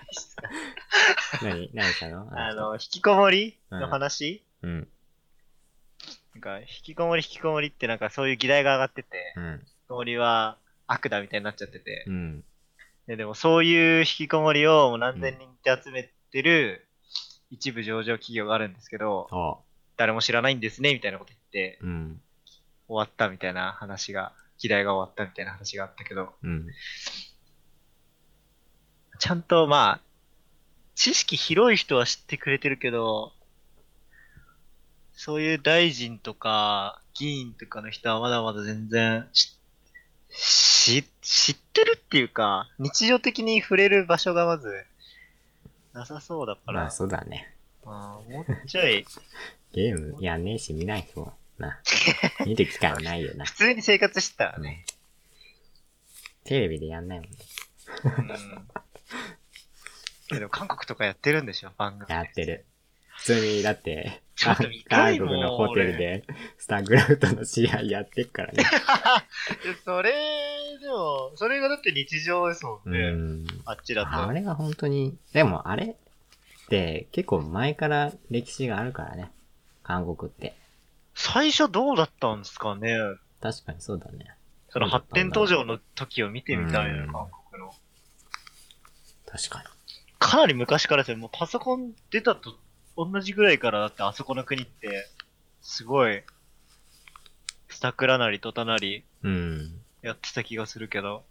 何何したの
あ
人
の、引きこもりの話、
うん。
なんか、引きこもり引きこもりってなんかそういう議題が上がってて、
うん。
引きこもりは悪だみたいになっちゃってて
う。ん。
ででもそういう引きこもりをもう何千人って集めてる一部上場企業があるんですけど、
あ、
誰も知らないんですね、みたいなこと言って、
うん。
終わったみたいな話が、議題が終わったみたいな話があったけど、
うん。
ちゃんとまあ、知識広い人は知ってくれてるけど、そういう大臣とか議員とかの人はまだまだ全然しし知ってるっていうか、日常的に触れる場所がまずなさそうだから、
まあ、そうだね。
まあ、もうちょい、 <laughs>
ゲームやんねえし、見ない人もな。見る機会はないよな
普。通に生活してた
<laughs>
らね。
テレビでやんないもんね。
うんけど韓国とかやってるんでしょ、番組。
やってる。普通に、だって、
ちょっと見た
韓
いもん
国のホテルで、スタングラウトの試合やってっから
<laughs>
ね。
それ、でも、それがだって日常ですもん
う
ね。
ん。
あっちだ
あ
と。
れが本当に、でもあれって結構前から歴史があるからね。韓国って。
最初どうだったんですかね。
確かにそうだね。
その発展途上の時を見てみたい
うん
な、韓国の。
確かに。
かなり昔からですよ。もうパソコン出たと同じぐらいからだって、あそこの国って、すごい、桜なり戸田なり
うん。
やってた気がするけど。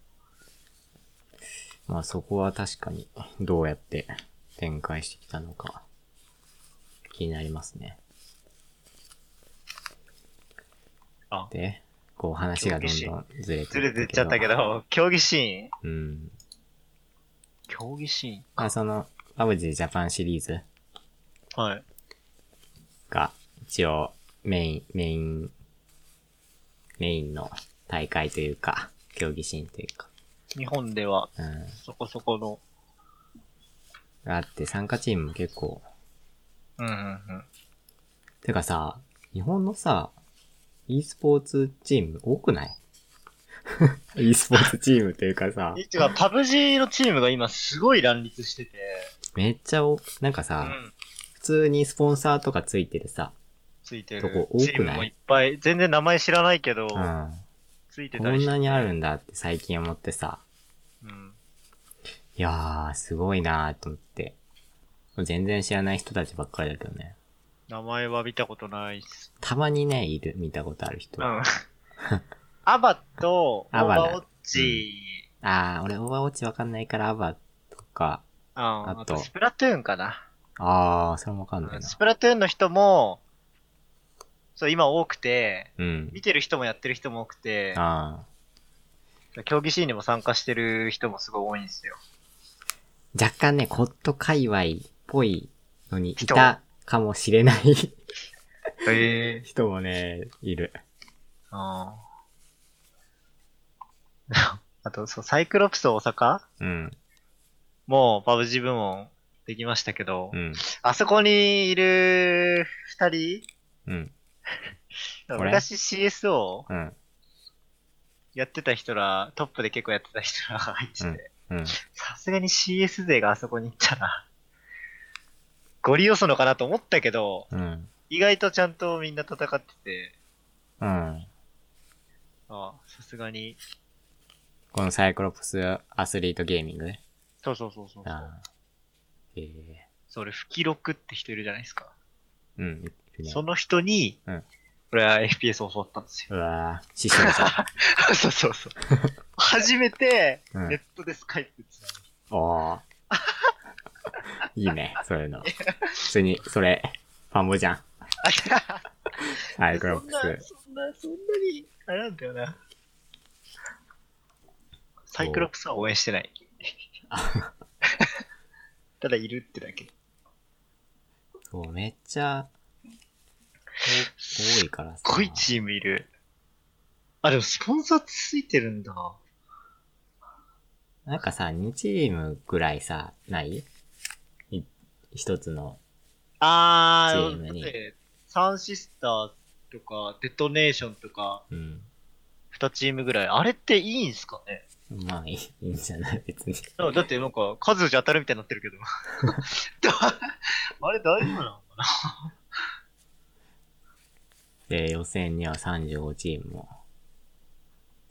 まあそこは確かに、どうやって展開してきたのか、気になりますね。
あ
で、こう話がどんどんずれて
ずれ
い
てっちゃったけ。ど、競技シーン
うん。
競技シ
まあその、パブジージャパンシリーズ
ーンはい。
が、一応、メイン、メイン、メインの大会というか、競技シーンというか、
日本では
うん。
そこそこの。
があって、参加チームも結構、
うんうんうん。
てかさ、日本のさ、e スポーツチーム多くない <laughs> ?e スポーツチームというか
<laughs>
さ、
てか、パブ G のチームが今すごい乱立してて。
めっちゃお、なんか
う
さ、
ん。
普通にスポンサーとかついてるさ、
ついて
とこ
る
多くない
チームもいっぱい。全然名前知らないけど、
うん。
ついて
こ
たり
ん
して。
なにあるんだって最近思ってさ、
うん。
いやー、すごいなーと思って。全然知らない人たちばっかりだけどね。
名前は見たことないっす。
たまにね、いる、見たことある人。
うん。アバと、オ
ア
ー
バだ
バーウォッチ、
あー、俺、オーバーウォッチわかんないから、アバとか、
うん、あ
あと
と、スプラトゥーンかな。
あー、それもわかんないな
ス。プラトゥーンの人も、そう、今多くて、
うん。
見てる人もやってる人も多くて、
あ
競技シーンにも参加してる人もすごい多いんですよ。
ー。若干ね、コット界隈っぽいのにいたかもしれない
へえ。
人もね、いる。
あ <laughs> あと、そう、サイクロプス大阪
うん。
もうパブジ部門できましたけど、
うん。
あそこにいる二人、
うん。これ
昔 CSO
うん。
やってた人ら、トップで結構やってた人らが入ってて、
うん。
さすがに CS 勢があそこに行ったら、ゴリよそのかなと思ったけど、
うん。
意外とちゃんとみんな戦ってて、
うん。
ああさすがに、
このサイクロプスアスリートゲーミングね。
そうそうそうそうそう。
ああ。ええ
それ、吹き録って人いるじゃないですか。
うん、いるね。
その人に、
うん
俺は FPS を教わったんです
<laughs>
よ。
うわぁ、師匠じゃん。
そうそうそう。初めて、
うん
ネットでスカイプつなぐ
おー。いいね、そういうの。普通に、それ、ファンボじゃん。はい、クロッ
そん
ク
な、そんな
ス。、
そんなに、あれなんだよな。サイクロプスは応援して <laughs> ない。ただいるってだけ。
そう、めっちゃ、お多いからさ。
すごいチームいる。あ、でもスポンサーついてるんだ。
なんかさ、2チームぐらいさ、ないい一つの。
あ
チ
ー、
ームに
だってサンシスターズとか、デトネーションとか、
うん。
2チームぐらい。あれっていいんすかね
まあ、いいいい <laughs> んじゃない別に。
だだってなんか、数じゃ当たるみたいになってるけど。 <laughs> だあれ大丈夫なのかな
で、予選には35チームも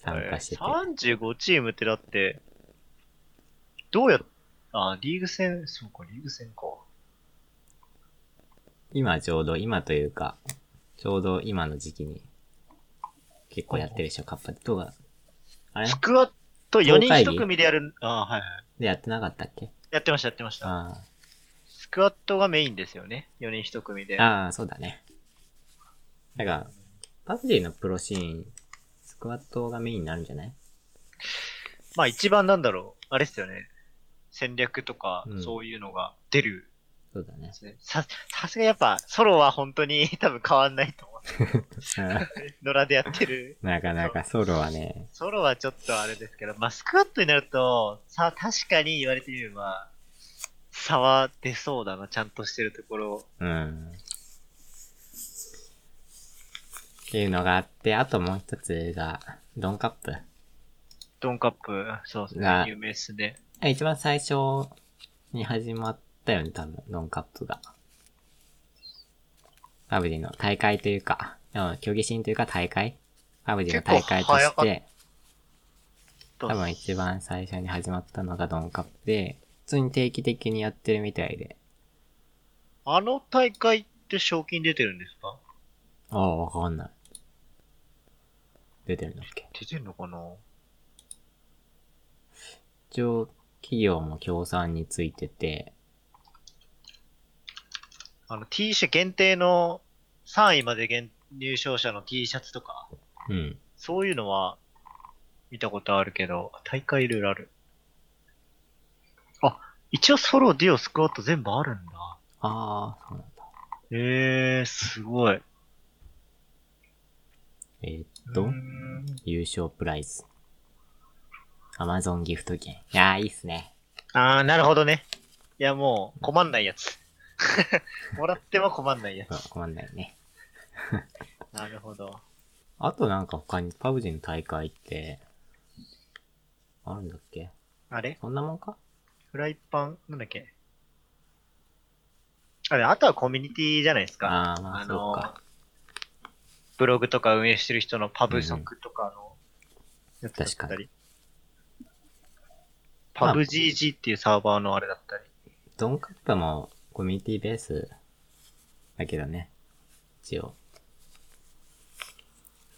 参加してて。
35チームってだって、どうやっ、あ、リーグ戦、そうか、リーグ戦か。
今ちょうど、今というか、ちょうど今の時期に、結構やってるでしょ、カッパで。どうか、あれ
スクワット4人
東海
1
林
組でやる、あ、はいはい。
でやってなかったっけ
やってました、やってました。
あ
スクワットがメインですよね。4人1組で。
あ、ああ、そうだね。なんか、パブジーのプロシーン、スクワットがメインになるんじゃない
まあ一番なんだろう、あれですよね。戦略とか
う、ん
そういうのが出る、
そう
<laughs>
だね。
さ、さすがやっぱ、ソロは本当に多分変わんないと思う。野良でやってる。
なかなかソロはね、
ソロはちょっとあれですけど、まあスクワットになると、さ、確かに言われてみれば、差は出そうだな、ちゃんとしてるところ。
うん。っていうのがあって、あともう一つが、ドンカップ。
ドンカップ、そうですね
な、
有名っすね。
あ一番最初に始まったよね、多分、ドンカップが。パブジーの大会というか、うん競技シーンというか大会パブジーの大会と
結構
し
早
て、多分一番最初に始まったのがドンカップで、普通に定期的にやってるみたいで。
あの大会って賞金出てるんですか
ああ、わかんない。出てるんだっけ
出てるのかな
一応、企業も協賛についてて、
あの、T シャツ限定の3位まで限入賞者の T シャツとか、
うん。
そういうのは見たことあるけど、大会いろいろある。あ、一応ソロ、デュオ、スクワット全部あるんだ。
ああ、そうなんだ。
えー、すごい。
えーっと、
うーん
優勝プライズ。アマゾンギフト券。いやー、いいっすね。
あー、なるほどね。いや、もう、困んないやつ。 <laughs> もらっても困んないや
そう
つ。
困んないね。
なるほど。
あとなんか他にパブジの大会って、あるんだっけ
あれ
そんなもんか
フライパン、なんだっけあれ、あとはコミュニティじゃないですか。
ああ、まあ
あ
そう
の
か。
ブログとか運営してる人のパブソクとかのやつだった
確か
り。パブ GG っていうサーバーのあれだったり。
ドンカップもコミュニティベースだけどね。一応。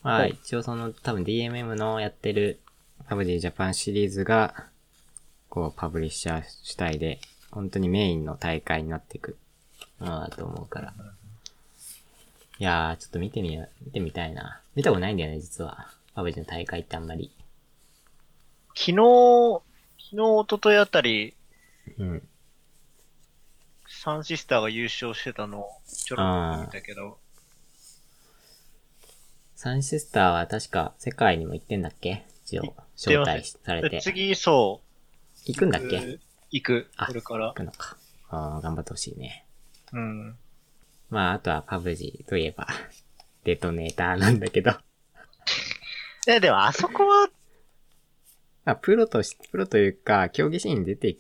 まあ
はい
一応その多分 DMM のやってるパブジージャパンシリーズが、こうパブリッシャー主体で、本当にメインの大会になっていくものだと思うから。いやー、ちょっと見てみよう、見てみたいな。見たことないんだよね、実は。パブジーの大会ってあんまり。
昨日、昨日、一昨日あたり、
うん。
サンシスターが優勝してたのをちょろっと見たけど、
サンシスターは確か世界にも行ってんだっけ一応、
て
招
ます
待しされて。
次、そ
行くん
う、
だっけ
行く、
あ
これから
行。くのか。あー頑張ってほしいね。
うん。
まあ、あとはパブジーといえば、デトネーターなんだけど。 <laughs>
え、でも、あそこは、
まあ、プロとし、プロというか、競技シーンに出て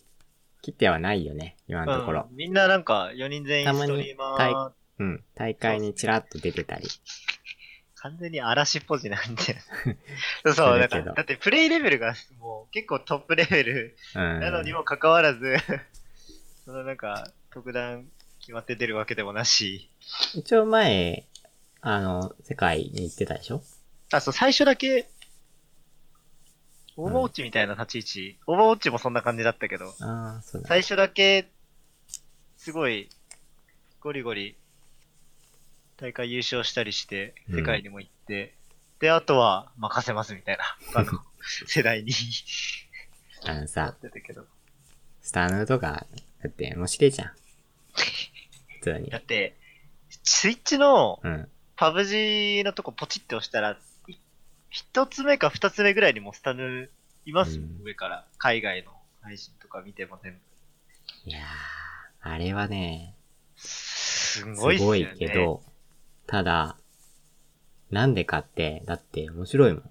きてはないよね。今のところ
う。んみんななんか、4人全員
た
ス
まに
トリーマ
大
ー、
うん。大会にチラッと出てたり。
完全に嵐っぽじなん
<laughs>
で。そうそう、
だ
だか
け
ら、
ど
だってプレイレベルがもう結構トップレベル
うん。
なのにもかかわらず、 <laughs> そのなんか、特段決まって出るわけでもなし。
一応前、あの、世界に行ってたでしょ
あ、そう、最初だけ、オーバーウォッチみたいな立ち位置、オーバーウォッチもそんな感じだったけど、
ああ、そうだ。
最初だけ、すごい、ゴリゴリ、大会優勝したりして、
うん
世界にも行って、で、あとは任せますみたい
<laughs>
な、あの、世代に
あの
な
さ
っ、てたけど。
スタヌーとか、だって、もうしてえじ <laughs> ゃん。普通に
だっ。て、スイッチの
うん。
パブ G のとこポチって押したら、い一つ目か二つ目ぐらいにもうスタヌいますもん、
うん
上から。海外の配信とか見ても全部。
いやー、あれはね、
す
す
ご
ご
いっすよね。
いけど、ただ、なんでかって、だって面白いもん、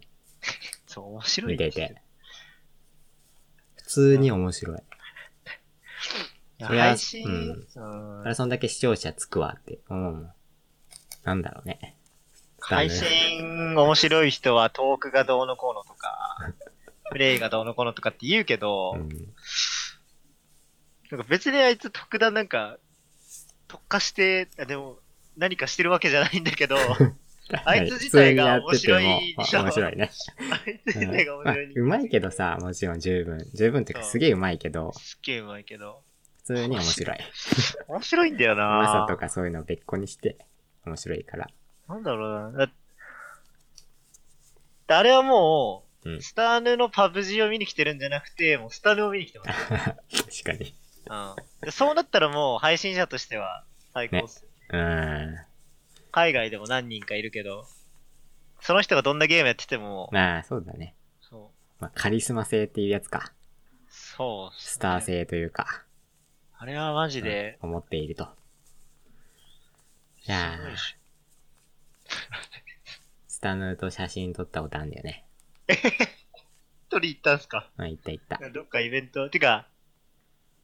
そう、面白い
見
んで
て
すよ
て。普通に面白い。
いや
そりゃ
配信、
う
うん
あれそんだけ視聴者つくわって思うもん。なんだろうね。
配信面白い人はトークがどうのこうのと
<laughs>
か、プレイがどうのこうのとかって言うけど、
うん。
なんか別にあいつ特段なんか、特化して、あでも何かしてるわけじゃないん
<laughs>
だけど、あいつ自体が面白
普通
い
にやっててもまあ面白いね。
あいつ自体が面白い、
うんまあうまいけどさ、もちろん十分。十分っていうか
そう
すげえうまいけど、
すっげえうまいけど。
普通に面白い。
面白いんだよ
うまさ
な
とかそういうのを別個にして、面白いから。 <laughs>
なんだろうな。だだあれはもう、
うん
スターヌのパブ G を見に来てるんじゃなくて、もうスターヌを見に来てます。
確かに。
うんでそうなったらもう配信者としては最高っすよ、
うーん。
海外でも何人かいるけど、その人がどんなゲームやってても、
まあ、そうだね。
そ
まあ、カリスマ性っていうやつか。
う。そうっすね
スター。性というか。
あれはマジで、
うん思っていると。い
すご
や
い
ー、
し。
<laughs> スタヌーと写真撮ったことあるんだよね。
一人行ったんすか
うん、行った行った。
どっかイベント。てか、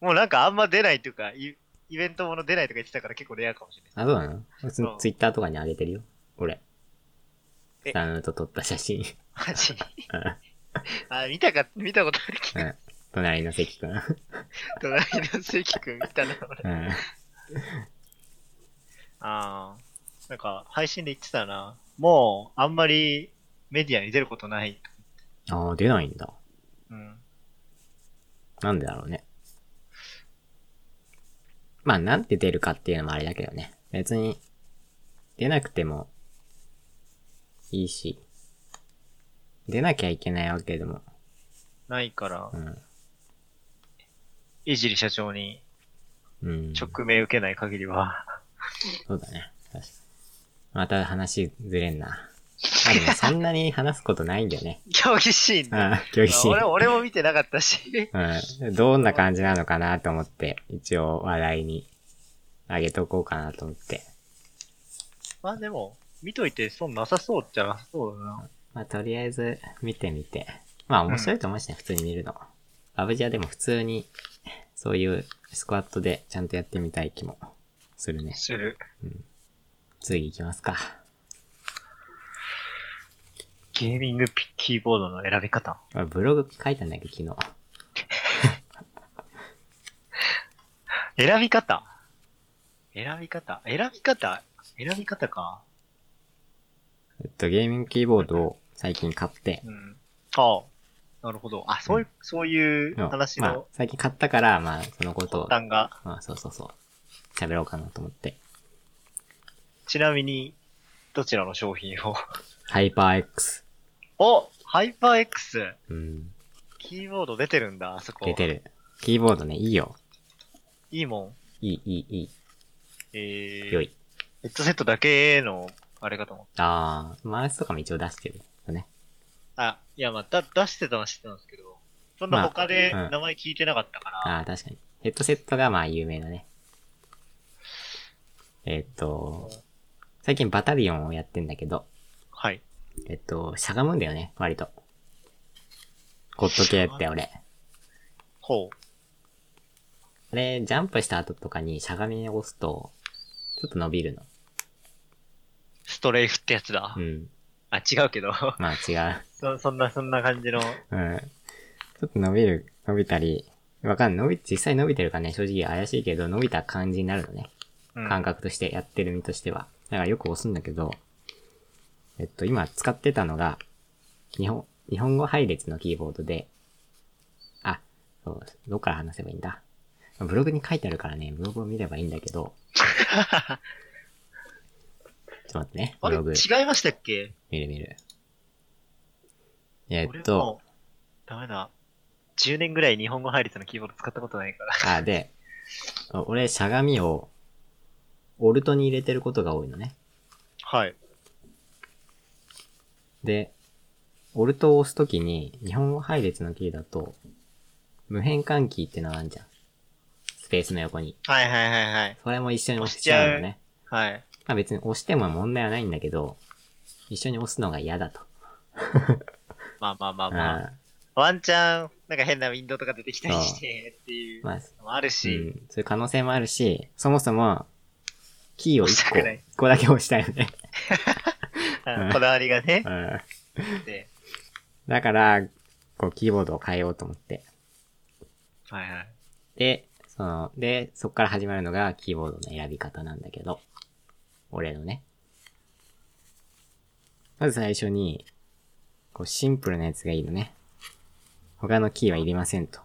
もうなんかあんま出ないというか、イイベントもの出ないとか言ってたから結構レアかもしれない。
あ、そうなの普通
うん
にツイッターとかに上げてるよ。俺。
え
スタヌーと撮った写真。 <laughs>
マジ
うん
あ、見たか、見たことあるけ
うん隣の関くん。
ど、隣の関君見たな、
<laughs>
俺。
うん
ああ。なんか、配信で言ってたな。もう、あんまりメディアに出ることない。
ああ、出ないんだ。
うん。
なんでだろうね。まあ、なんて出るかっていうのもあれだけどね。別に、出なくても、いいし。出なきゃいけないわけでも。
ないから
う、ん。
いじり社長に
うん。
直命受けない限りは。 <laughs>
そうだね。確かに。また話ずれんな。あ、でもそんなに話すことないんだよね。
競技シーン
う
ね。
ん、競技シーン
俺、。俺も見てなかったし。 <laughs>
うん。どんな感じなのかなと思って、一応話題に上げとこうかなと思って。
まあでも、見といて損なさそうっちゃなさそうだな。
まあ、とりあえず見てみて。まあ、面白いと思うしね、普通に見るの。アブジアでも普通に、そういうスクワットでちゃんとやってみたい気もするね。
する。
次行きますか。
ゲーミングピキーボードの選び方。
俺ブログ書いたんだけど、昨日。
選び方選び方選び方選び方か。
えっと、ゲーミングキーボードを最近買って、
うん。ああ。なるほど。あ、そういう、そういう
うん
話
まあ
の、
最近買ったから、まあ、そのことを、
段が。
まあ、そうそうそう。喋ろうかなと思って。
ちなみに、どちらの商品を <laughs>
ハイパー X。
おハイパー X!
うん。
キーボード出てるんだ、あそこ。
出てる。キーボードね、いいよ。
いいも
いい、いい、い
ん。え
い。
ー、
良い。
ヘッドセットだけの、あれかと思っ
あー、マウスとかも一応出してるよね。
た。あ、いや、まあ、だ、出してたのは知ってたんですけど、そんな
まあ
他で
うん
名前聞いてなかったから、
あー、確かに。ヘッドセットがまあ有名だね。えーっと、最近バタリオンをやってんだけど、
はい。
えっと、しゃがむんだよね、割と。ゴッド系って俺。
ほう。
あれ、ジャンプした後とかにしゃがみを押すと、ちょっと伸びるの。
ストレイフってやつだ。
うん。
あ、違うけど。 <laughs>
まあ違う。
そ、そんな、そんな感じの。
うん。ちょっと伸びる、伸びたり、わかんない。伸び、実際伸びてるかね、正直怪しいけど、伸びた感じになるのね。
うん
感覚として、やってる身としては。だからよく押すんだけど、えっと、今使ってたのが、日本、日本語配列のキーボードで、あ、そう、どっから話せばいいんだ。ブログに書いてあるからね、ブログを見ればいいんだけど、 <laughs> ちょっと待ってね、
あ
ブ
れ
ログ
違いましたっけ
見る見る。えっ
俺
と、
もうダメだ。10年ぐらい日本語配列のキーボード使ったことないから。
あ、で、俺、しゃがみを、オルトに入れてることが多いのね。
はい。
で、オルトを押すときに、日本語配列のキーだと、無変換キーってのがあるじゃん。スペースの横に。
はいはいはいはい。
それも一緒に押しちゃうの
押
ね。
はい。
まあ別に押しても問題はないんだけど、一緒に押すのが嫌だと。
まあまあまあ
うん
まあ。ワンチャン、なんか変なウィンドウとか出てきたりして、っていう
まあ、
のもある
う
し。
ん、そういう可能性もあるし、そもそも、キーを
押し
1
た
個、
くない
1個だけ押したいよね。 <laughs>
うんこだわりがね
う。ん
で
だから、こう、キーボードを変えようと思って。
はいはい。
で、その、で、そっから始まるのがキーボードの選び方なんだけど、俺のね。まず最初に、こう、シンプルなやつがいいのね。他のキーはいりませんと。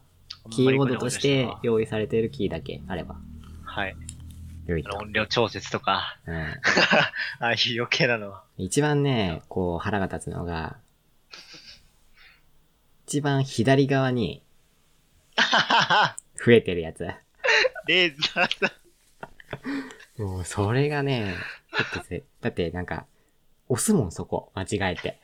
キーボードとして用意されているキーだけあれば、
はい。
良い
あの
と。
音量調節とか、
うん。
ああいう余計なのは。
一番ね、こう、腹が立つのが、一番左側に増えてるやつ。
<laughs> レーザーだ。
もう、それが <laughs> ね、だってせ、だってなんか、押すもん、そこ、間違えて。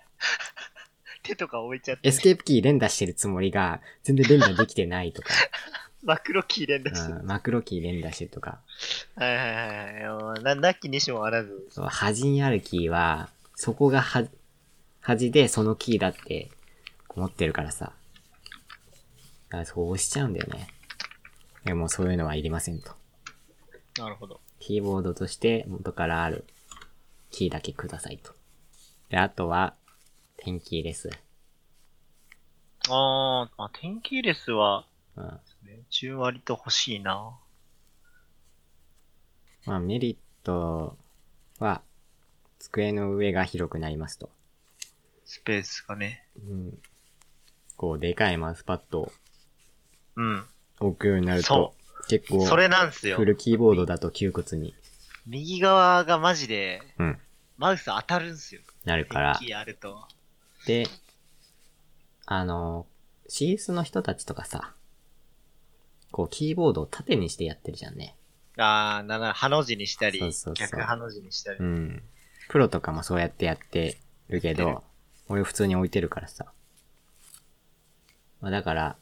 手とか置いちゃって
エ、スケープキー連打してるつもりが、全然連打できてないとか、 <laughs>
マクロキー連打して
うん、マクロキー連打してるとか、
はいはいはいはいもう。な、なきにしもあらず。
そう端にあるキーは、そこがは、端でそのキーだって、思ってるからさ。だからそこ押しちゃうんだよね。でもうそういうのはいりませんと。
なるほど。
キーボードとして元からあるキーだけくださいと。で、あとは、点キーです。
あー、まあ、天気レスは、
うん。
10割と欲しいな。
まあ、メリットは、机の上が広くなりますと。
スペースがね。
うん。こう、でかいマウスパッドを
うん。
置くようになると
そ、
結構、
それなんすよ
フ。ルキーボードだと窮屈に、
右側がマジで、
うん、
マウス当たるんすよ。
なるから
天。気あると。
で、あの、CS の人たちとかさ、こう、キーボードを縦にしてやってるじゃんね。
あー、なな、ハの字にしたり、
そうそうそう
逆ハの字にしたり。
うん。プロとかもそうやってやってるけ
やって
ど、俺普通に置いてるからさ。まあだから、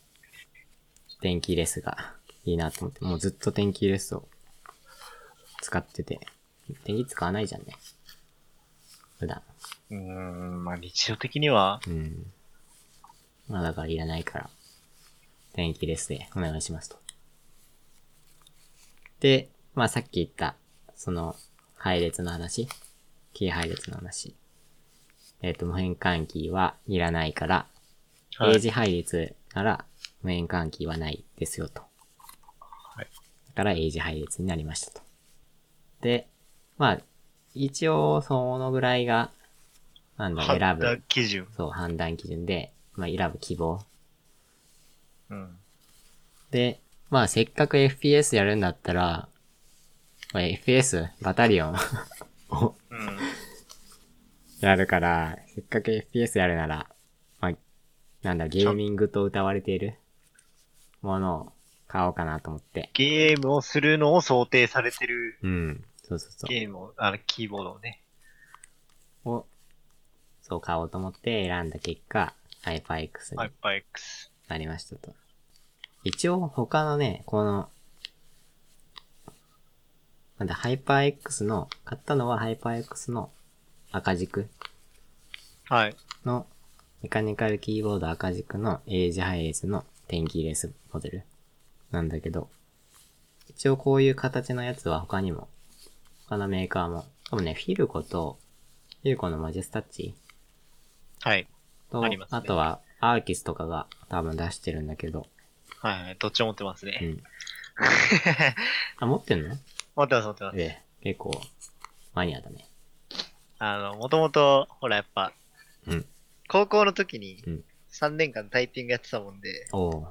電気レスがいいなと思って、もうずっと電気レスを使ってて、電気使わないじゃんね。普段。
うーん、まあ、日常的には、
うん。まあだからいらないから、電気レスでお願いしますと。で、まあさっき言った、その、配列の話、キー配列の話。えっ、と、無変換キーはいらないから、
はい
ページ配列なら無変換キーはないですよと。
い
だから英字配列になりましたと。で、まあ、一応、そのぐらいが、なんだ、選
判
ぶ
断。基準。
そう、判断基準で、まあ、選ぶ希望。
うん。
で、まあ、せっかく FPS やるんだったら、まあ FPS、バタリオン <laughs> を
うん。
やるから、せっかく FPS やるなら、まあ、なんだ、ゲーミングと歌われているものを買おうかなと思って。
ゲームをするのを想定されてる
うん。そうそうそう。
ゲームを、あの、キーボードをね。
を、そう買おうと思って選んだ結果、ハイパイクスに
ハイパー X。
なりましたと。一応他のね、この、なんだ、ハイパー X の、買ったのはハイパー X の赤軸
はい。
の、メカニカルキーボード赤軸の英字配列の天気レースモデルなんだけど、一応こういう形のやつは他にも、他のメーカーも、多分ね、フィルコと、フィルコのマジェスタッチ
はい。
と、
ありますね
あとは、アーキスとかが多分出してるんだけど。
はいはい。どっちも持ってます
う
ね。
ん。あ、持ってんの
<laughs> 持ってます、持ってます。
ええ、結構、マニアだね。
あの、もともと、ほら、やっぱ、
うん
高校の時に
うん、
3年間タイピングやってたもんで、
おお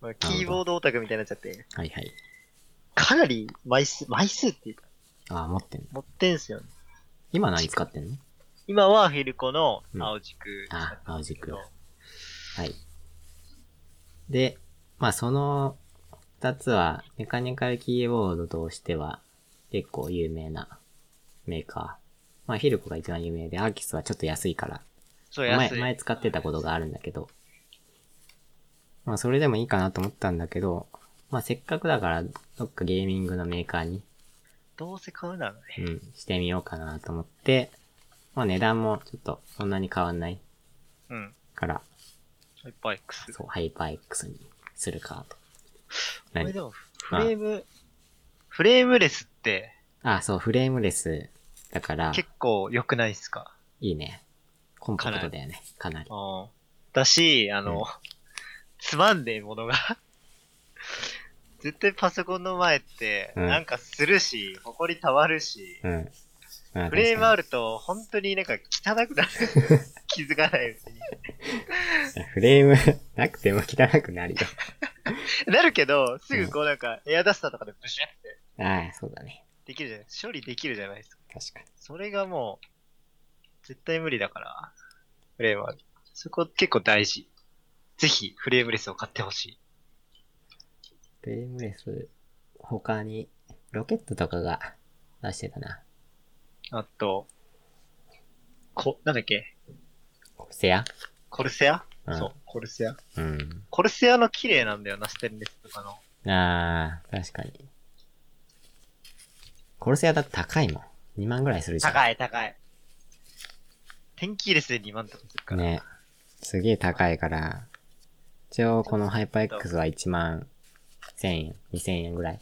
まあキーボードオタクみたいになっちゃって、
はいはい。
かなり枚数、枚数っていうか、
あ、持ってんの。
持ってんすよね。
今何使ってんの
今はフィルコの青軸使
あ
っ、
青
てるけ
軸。
ど、
はい。で、まあその二つは、メカニカルキーボードとしては結構有名なメーカー。まあヒルコが一番有名で、アーキスはちょっと安いから、
そう、
前
安い。
前使ってたことがあるんだけど、まあそれでもいいかなと思ったんだけど、まあせっかくだからどっかゲーミングのメーカーに、
どうせ買うならね。
うん、してみようかなと思って、まあ値段もちょっとそんなに変わんない
うん。
から、
ハイパー X。
そう、ハイパー X にするかと。
これ
何
でも、フレーム、フレームレスって
あ、そう、フレームレスだから、
結構良くないっすか
いいね。コンパクトだよね、かなり。
うん。だし、あ
う
の、
ん
つまんねえものが。 <laughs> 絶対パソコンの前って、
うん
なんかするし、ほこり溜まるし、
うん。まあ
フレームあ
確
ると、本当になんか汚
<laughs>
くなる。気づかないうちに。
かにフレーム <laughs> なくても汚くなるよ。
なるけど、すぐこうなんか、エアダスターとかでブシュって
ああ、そうだね。
できるじゃない処理できるじゃないですか。
確かに。
それがもう、絶対無理だから、フレームは。そこ結構大事。ぜひ、フレームレスを買ってほしい。
フレームレス、他に、ロケットとかが出してたな。
あと、こ、なんだっけ
コルセア
コルセア、
うん
そう、コルセア。
うん。
コルセアの綺麗なんだよな、ステンレスとかの。
ああ、確かに。コルセアだって高いもん。2万ぐらいするじゃん。
高い、高い。天気レスで2万とかするから。
ね。すげえ高いから、一応このハイパー X は1万1000円、2000円ぐらい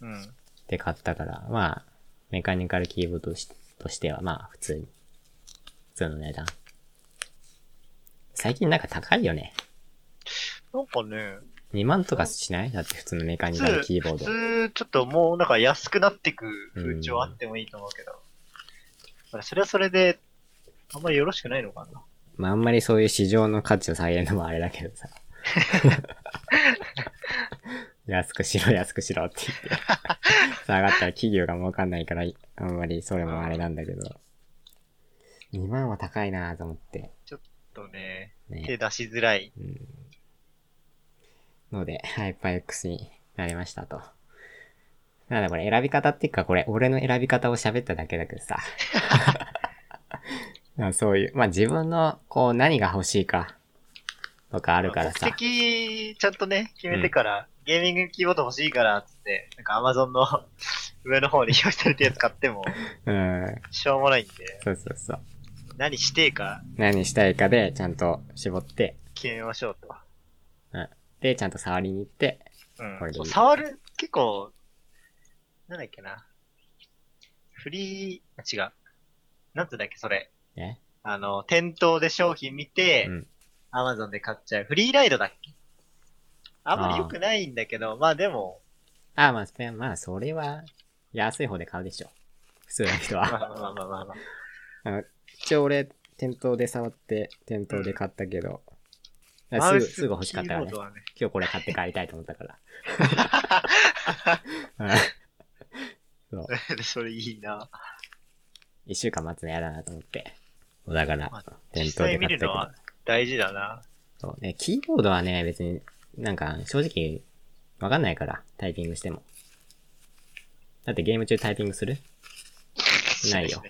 うん。
で買ったから、まあ、メカニカルキーボードとしとしては、まあ、普通に。普通の値段。最近なんか高いよね。
なんかね、
2万とかしないだって普通のメカ
普
ニカル
通、
キーボ
普
ード。
通、ちょっともうなんか安くなってく風潮あってもいいと思うけど。だからそれはそれで、あんまりよろしくないのかな。
まあ、あんまりそういう市場の価値を下げるのもあれだけどさ。安くしろ、安くしろって言って。下がったら企業が儲かんないから、あんまりそれもあれなんだけど。2万は高いなと思って。
とね、手
ね。
出しづらい。
うん、ので、ハイパー X になりましたと。なんだこれ選び方っていうか、これ俺の選び方を喋っただけだけどさ。 <laughs> まあそういう、まあ自分のこう何が欲しいかとかあるからさ
目。的、ちゃんとね、決めてから、ゲーミングキーボード欲しいから、つって、なんか Amazon の <laughs> 上の方に表示されたやつ買っても、
うん。
しょうもないんで、
そうそうそう。
何してえか
何したいかでちゃんと絞って、
決めましょうと。
うん。で、ちゃんと触りに行って、こ
う
れ
ん。
でいい
そう触る、結構、なんだっけな。フリー、あ違う。なんつうんだっけ、それ。
ね。
あの、店頭で商品見て、
うん
Amazon で買っちゃう。フリーライドだっけあんまり良くないんだけど、まあでも、
あ、まあ、それまあ、それは安い方で買うでしょ。普通の人
まあ
は。
まあまあまあまあ。
一応俺、店頭で触って、店頭で買ったけど、だからすぐ、すぐ欲しかったからね
マウスキーボー。ドはね
今日これ買って帰りたいと思った
<laughs>
から。うんそう。
<laughs> それいいな。
一週間待つの嫌だなと思って。だから
まあ、
店
実
頭で
際見
買っ
る
たけ
の
ど
は。大事だな。
そう。で、キーボードはね、別に、なんか、正直、わかんないから、タイピングしても。だってゲーム中タイピングするないよ。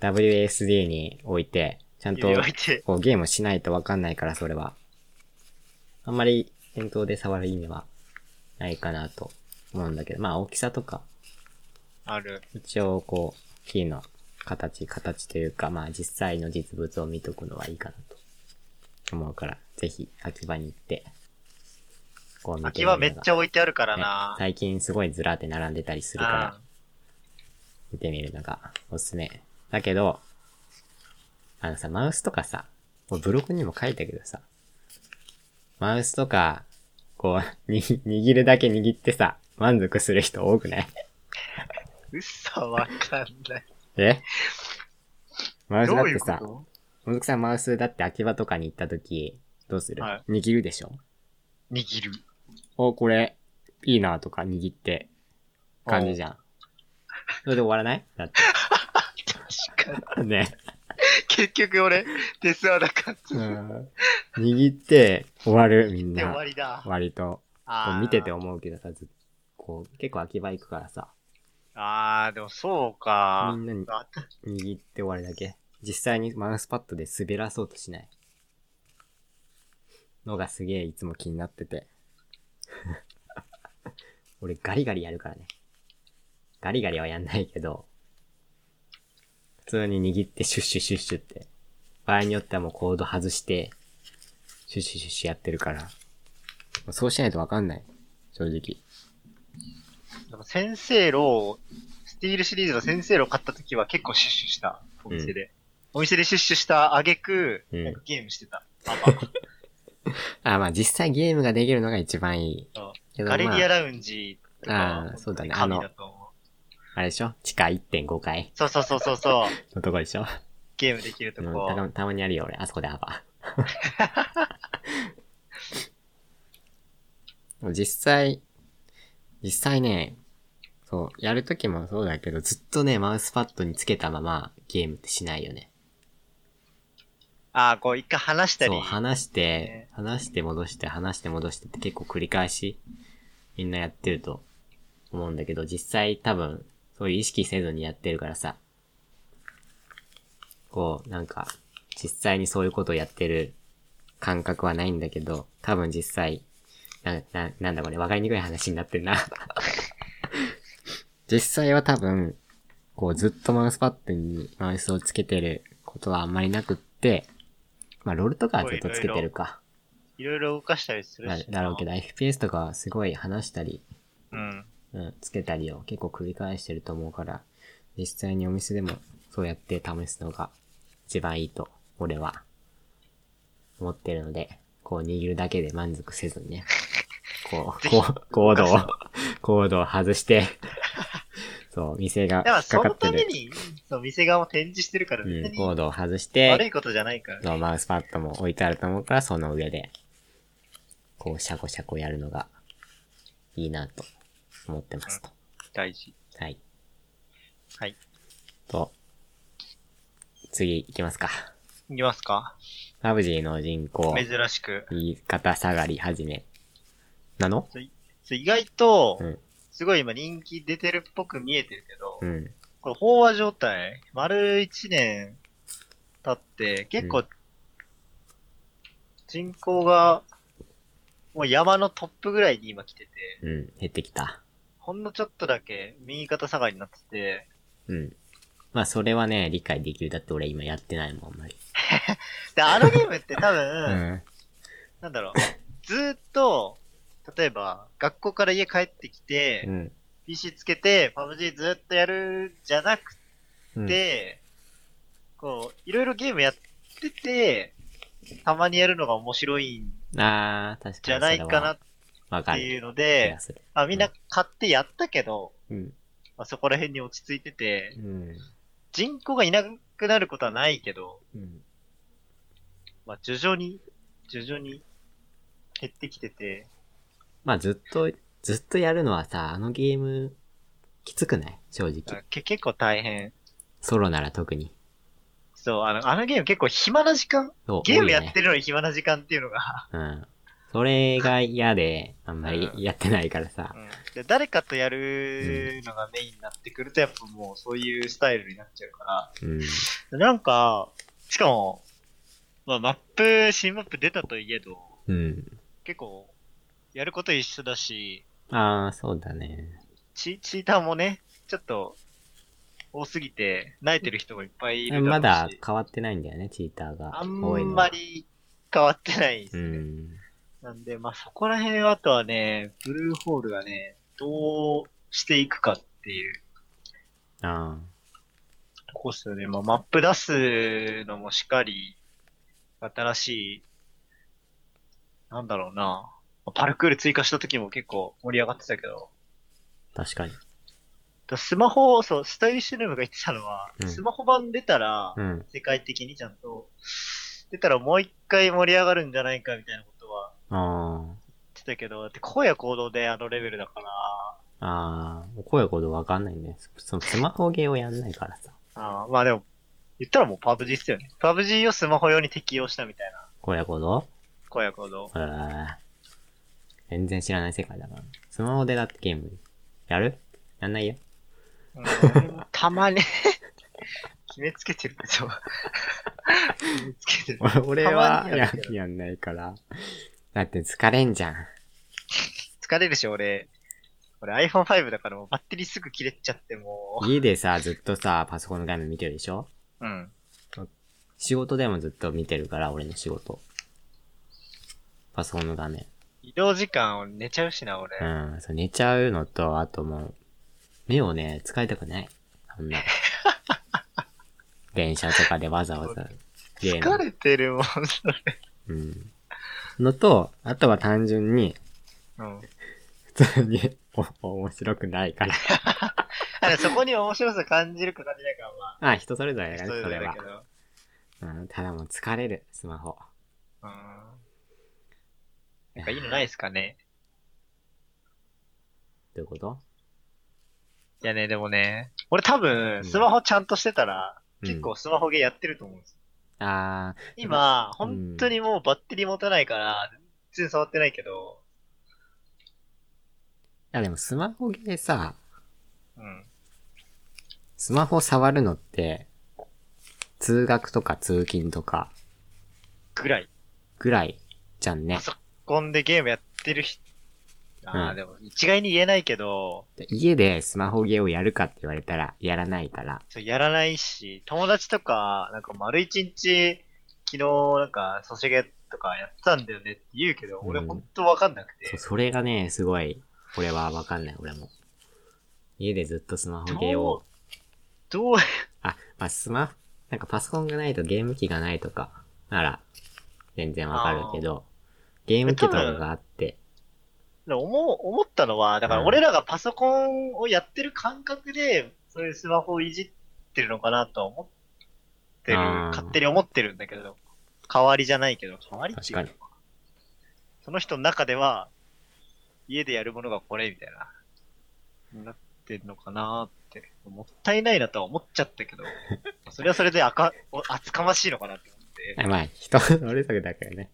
?WSD に置いて、ちゃんと
<laughs> 指、置いて。
こうゲームしないとわかんないから、それは。あんまり、店頭で触る意味は、ないかなと思うんだけど、まあ、大きさとか、
ある。
一応、こう、キーの形、形というか、まあ、実際の実物を見とくのはいいかなと思うから、ぜひ、秋葉に行って、こう見て
秋はめっち
ゃ
ゃ置いてあるからな。
最近すごいずらって並んでたりするから
う、ん
見てみるのがおすすめ。だけど、あのさ、マウスとかさ、もうブログにも書いたけどさ、マウスとか、こう、 <laughs> に、握るだけ握ってさ、満足する人多くない
嘘わかんない。
えマウス
ど
だっ
うい
て
うこ
さ、
と
もずくさんマウスだって秋葉とかに行った時、どうする、
は
握るでしょ
握る。
お、これ、いいなとか握って、感じじゃん。それで終わらないだっ
<laughs> 確か
て。
に。 <laughs>
ね。
結局俺、手数はなかった。
うん握って終わる、みん
で終わ
な。
りだ。
割と。こ
あ
う
ー
見てて思うけどさ、ずこう、結構秋葉行くからさ、
あー、でもそうか
み。んなに
あ
握って終わるだけ。実際にマウスパッドで滑らそうとしない。のがすげえいつも気になって <laughs> て。俺ガリガリやるからね。ガリガリはやんないけど、普通に握ってシュッシュシュッシュって、場合によってはもうコード外して、シュッシュシュッシュやってるから、もうそうしないとわかんない。正直。
でも先生ロー、スティールシリーズの先生ロー買った時は結構シュッシュした。お店で。お店でシュッシュした挙句、
うん
なんかゲームしてた。パパ
あ、まあ実際ゲームができるのが一番いい。
そう
けどま
ガ
あ
レリアラウンジとか
あ、ーそうだね
神だと思う。
あれでしょ地下1.5階
そうそうそうそうそう。
のとこでしょ、
ゲ <laughs> ームできると
うん、
こ。
たたまにあるよ、俺。あそこでア
<laughs>
バ。でも実際、実際ね、そう、やるときもそうだけど、ずっとね、マウスパッドにつけたままゲームってしないよね。
ああ、こう一回話したり。
そう、話して
ね、
話して戻して、話して戻してって結構繰り返し、みんなやってると思うんだけど、実際多分、そういう意識せずにやってるからさ、こう、なんか、実際にそういうことをやってる感覚はないんだけど、多分実際、な、な、なんだこれ、わかりにくい話になってるな。 <laughs> 実際は多分、こうずっとマウスパッドにマウスをつけてることはあんまりなくって、まあロールとかはずっとつけてるか。
いろいろ動かしたりする
だ
しな。
だろうけど、FPS とかはすごい話したり、
うん。
うん、つけたりを結構繰り返してると思うから、実際にお店でもそうやって試すのが一番いいと、俺は、思ってるので、こう握るだけで満足せずに
<laughs>
ね、こう、
ぜひ
こう、コードを、コードを外
<laughs>
して、そう、店が
だから
引
そ
っかか
の
って
ため
る。
に、そう、店側も展示してるから、別
うん、
に
コードを外し
悪
て、
いことじゃないから。
そうマウスパッドも置いてあると思うから、その上で、こう、シャコシャコやるのが、いいなと、思ってますと。
大事。
はい。
はい。
と、次行きますか。
いきますか
パブジーの人口、
珍しく。
右肩下がり始め。なの
そう意外と
うん、
すごい今人気出てるっぽく見えてるけど、
うん。
これ飽和状態、丸1年経って、結
う
構、人口が、もう山のトップぐらいに今来てて、
うん。減ってきた。
ほんのちょっとだけ右肩下がりになってて、
うん。まあ、それはね、理解できる。だって俺今やってないもん、あんまり。
で、あのゲームって
<laughs>
多
う
分、
ん。
なんだろう、ずーっと、例えば、学校から家帰ってきて、
うん。
PC つけて、パブ G ずーっとやるじゃなく
うん。
て、こう、いろいろゲームやってて、たまにやるのが面白いん
あー、確かに。
じゃないかなっ
なわか
て
る
いうの
気
で
が、する。
まあ、みんな買ってやったけど、
うん。
まあ、そこら辺に落ち着いてて
う、ん。
人口がいなくなることはないけど、
うん。
まあ、徐々に、徐々に減ってきてて、
まあ、ずっと、ずっとやるのはさ、あのゲーム、きつくない正直。
け結構大変。
ソロなら特に。
そう、あの、あのゲーム結構暇な時間
そう
ゲームや
多いよね
ってるのに暇な時間っていうのが、
うん。それが嫌で、あんまり
うん
やってないからさ。
で誰かとやるのがメインになってくると、やっぱもうそういうスタイルになっちゃうか
うん。
ら。なんか、しかも、まあ、マップ、新マップ出たといえど、
うん。
結構、やること一緒だし、
ああ、そうだね。
チチーターもね、ちょっと、多すぎて、慣れてる人がいっぱいいる
ま
だろ
だ
うし、
変わってないんだよね、チーターが。
あん
多いの
ま
は。
り変わってないです
う
ね。
ん。
なんで、まあ、そこら辺はあとはね、ブルーホールがね、どうしていくかっていう
ああ。
とこうっすよね。まあ、マップ出すのもしっかり、新しい、なんだろうな。パルクール追加した時も結構盛り上がってたけど、
確かに。
だスマホ、そう、スタイリッシュルームが言ってたのは、
うん
スマホ版出たら
う、ん。
世界的にちゃんと、出たらもう一回盛り上がるんじゃないかみたいなことは
あ
言ってたけど、だって声や行動であのレベルだから、
あ。ああ。声ほどわかんないね。そのスマホゲーをやんないからさ。
あーまあでも、言ったらもう PUBG っすよね。PUBG をスマホ用に適用したみたいな、
声ほど
声や行動。
えー全然知らない世界だから。スマホでだってゲーム、やるやんないよ。
うん
<laughs>
たまに、 <laughs> 決めつけてるでしょ。決めつけてる。
俺俺は
たまにや
や
るけど
やんないから。だって疲れんじゃん。
疲れるし、俺。俺 iPhone5 だからもうバッテリーすぐ切れちゃっても
家でさ、ずっとさ、パソコンの画面見てるでしょ
う。うん。
仕事でもずっと見てるから、俺の仕事。パソコンの画面。
移動時間俺寝ちゃうしな、俺。
うん。そう寝ちゃうのと、あともう、目をね、使いたくない。あんな。電車とかでわざわざ。ゲーム
疲れてるもん、それ。
うん。のと、あとは単純に、
うん。
普通にお面白くないから。
<laughs> あでもそこに面白さ感じるか感じないかはま
あ、人それぞれ
あ、
だ
人
ね、
それ
そ
ぞ
れ
れだ
は
け。ど。
うん、ただもう疲れる、スマホ。
うん。なんかいいのないですかね。
どういうこと
いやね、でもね、俺多分、スマホちゃんとしてたら、結。構スマホゲーやってると思うんですよ。
うんあ
今、
うん
本当にもうバッテリー持たないから、全然触ってないけど、
ー、いやでもスマホゲーさ、
うん。
スマホ触るのって、通学とか通勤とか
ぐらい。
ぐらいじゃんね
パ。ソコンでゲームやってる人、ああ、
うん
でも一概に言えないけど、
で家でスマホゲーをやるかって言われたら、やらないから。
そうやらないし、友達とか、なんか丸一日、昨日なんかソシャゲとかやったんだよねって言うけど、俺
うん
ほんとわかんなくて
そう、、それがね、すごい、俺はわかんない、俺も。家でずっとスマホゲーを。
どう、
あ、まあ、スマホ、なんかパソコンがないとゲーム機がないとか、なら、全然わかるけど、ゲーム機とかがあって、
思う、思ったのは、だから
うん
俺らがパソコンをやってる感覚で、そういうスマホをいじってるのかなとは思ってる、
あー
勝手に思ってるんだけど、代わりじゃないけど、代わりっていうのは
確
その人の中では、家でやるものがこれみたいな、なってんのかなって、もったいないなとは思っちゃっ
<laughs>
たけど、それはそれであか、お厚かましいのかなって思って、
あまあ、人 <laughs> それぞれだからね。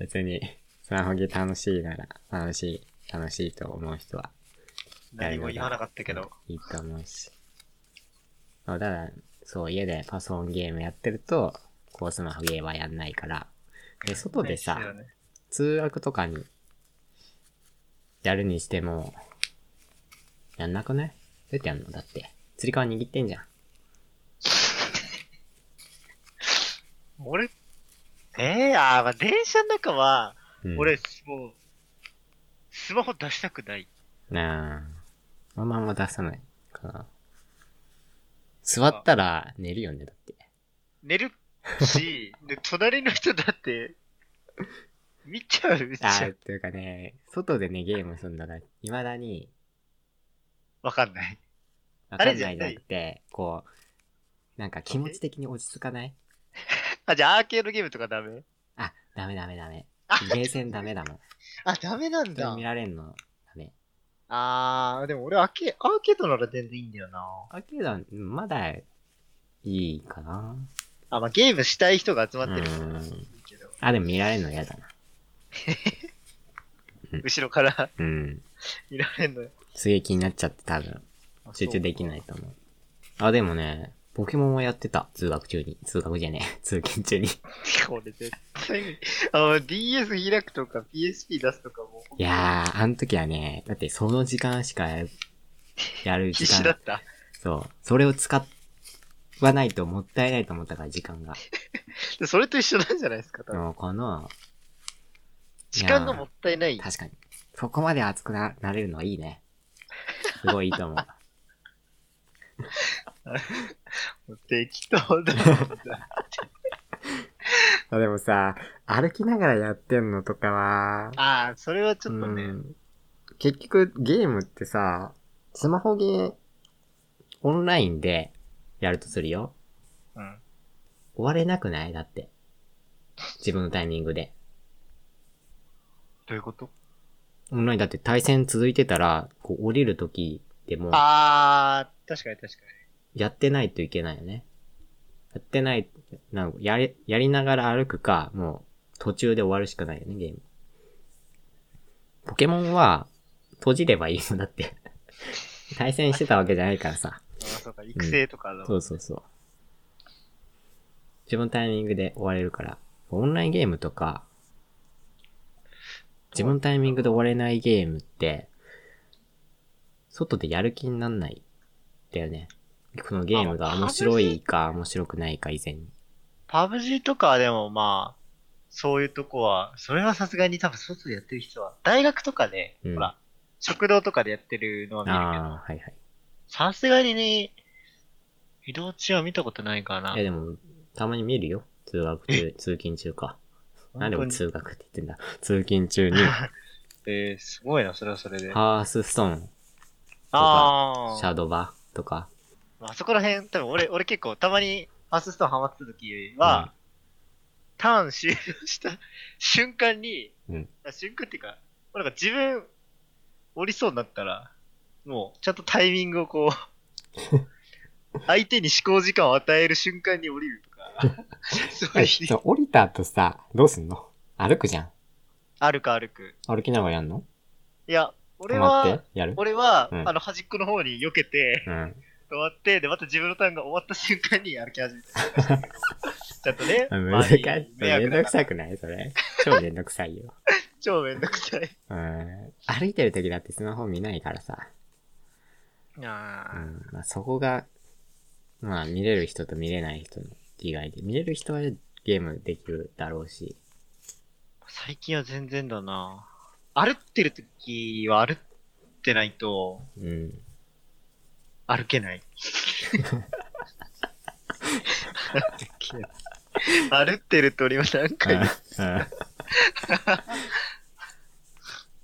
別に、スマホゲー楽しいなら、楽しい、楽しいと思う人は、
何も言わなかったけど、
いいと思うし。そう、ただ、そう、家でパソコンゲームやってると、こうスマホゲーはやんないから、で、外でさ
そうだね
通学とかに、やるにしても、やんなくないどうやってやんのだって。釣り革握ってんじゃん。
俺、ええー、あーまあ、電車の中は、
うん、
俺、もう、スマホ出したくない。
なあ。まあまあま出さないかな。座ったら寝るよね、だって。
寝る
<laughs>
し、で、隣の人だって、見ちゃうじ
あ
ゃ
あ、
ん。
というかね、外でね、ゲームするんだから、未だに、
わかんない。
わか
あれ
ん
じゃ
な
ないい
だって、こう、なんか気持ち的に落ち着かない
あ、じゃあアーケードゲームとかダメ
あ、ダメダメダメ
あ。
ゲーセンダメだもん。
<laughs> あ、ダメなん
人に
だ
見。られんの、ダメ。
あー、でも俺アーケ、アーケードなら全然いいんだよな。
アーケードはまだいいかな。
あ、まあ、ゲームしたい人が集まってる
うん
けど、
あ、でも見られるの嫌だな。
後ろから <laughs>
うん。
見られんのよ。
すげえ気になっちゃって多分、集中できないと思う。あ、でもね、ポケモンはやってた。通学中に。通学じゃねえ。 <laughs> 通勤中に。い
そう。俺絶対見、あ、もう DS 開くとか PSP 出すとかもう、
やー、あの時はね、だってその時間しかやる、やる時
必死だ
間
っ。た。
そう。それを使わないともったいないと思ったから、時間が。
でそれと一緒なんじゃないですか、多分。
うん、この、
時間がもったいない。
確かに。そこまで熱くななれるのはいいね。すごいいいと思う。
適当
<laughs>
だもんな。
あ <laughs> でもさ、歩きながらやってんのとかは、
ああ、それはちょっとね。
うん結局ゲームってさ、スマホゲー、オンラインでやるとするよ。
うん。
終われなくないだって。自分のタイミングで。
どういうこと
オンラインだって対戦続いてたら、こう降りるときでも、
ああ、確かに確か
やってないといけないよね。やってない、なんやれ、やりながら歩くか、もう途中で終わるしかないよね、ゲーム。ポケモンは、閉じればいいのだって。対戦してたわけじゃないからさ。
に。ああ、そうか、育成とかだ
そうそうそう。自分のタイミングで終われるから。オンラインゲームとか、自分のタイミングで終われないゲームって、外でやる気になんない。だよね。このゲームが面白いか面白くないか以前に。
パブ G とかはでもまあ、そういうとこは、それはさすがに多分外でやってる人は、大学とかで、
うん
ほら、食堂とかでやってるのは見るけど、
ああ、はいはい。
さすがにね、移動中は見たことないからな
え、。でも、たまに見るよ。通学中、通勤中か。なんで
本
も
当
通
に
学って言ってんだ。通勤中に、
えー、すごいな、それはそれで。あ
ハースストーン、
あ
シ
ー
ャドバとか。
あそこら辺、多分俺、俺結構たまにアースストーンハマってた時は、ターン終了した <laughs> 瞬間に、
うん
あ瞬間っていうか、なんか自分、降りそうになったら、もう、ちゃんとタイミングをこ
<laughs>
う、相手に思考時間を与える瞬間に降りる
<laughs>
とか、そう
え、
いう、
そう降りた後さ、どうすんの歩くじゃん。
歩く歩く。
歩きながらやんの
いや、俺
止まっ
は
て、やる
俺は、
うん
あの、端っこの方に避けて、
うん。
止まって、で、また自分のターンが終わった瞬間に歩
<laughs>
き始めた。ちゃんとね、
難しい。
周りに迷
め
惑
ん
だ
どく
から
さくないそれ。超めんどくさいよ。
超めんどくさい。
うん。歩いてる時だってスマホ見ないからさ。
あ
う
あ、
ん。まあ、そこが、まあ見れる人と見れない人の違いで。見れる人はゲームできるだろうし。
最近は全然だな歩ってる時は歩ってないと
うん。
歩
<laughs>
けない。歩ってると俺は何回も。 <laughs> い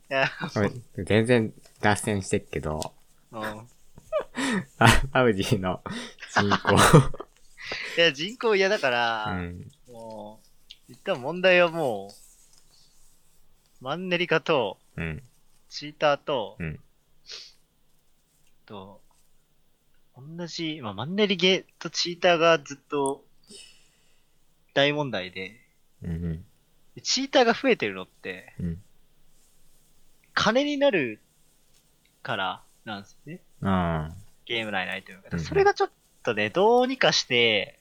や
うん。全然脱線してっけど、
うん
あパウジーの進行。
いや、人口嫌だか
う
ら、
ん。
もう、一旦問題はもう、マンネリ化と、
うん。
チーターと、
うん
と、同じ、まあ、マンネリゲとチーターがずっと大問題で、
うんうん。
チーターが増えてるのって、
うん
金になるからなんですね。
あ
ゲーム内のアイテムが。
うん
それがちょっとね、どうにかして、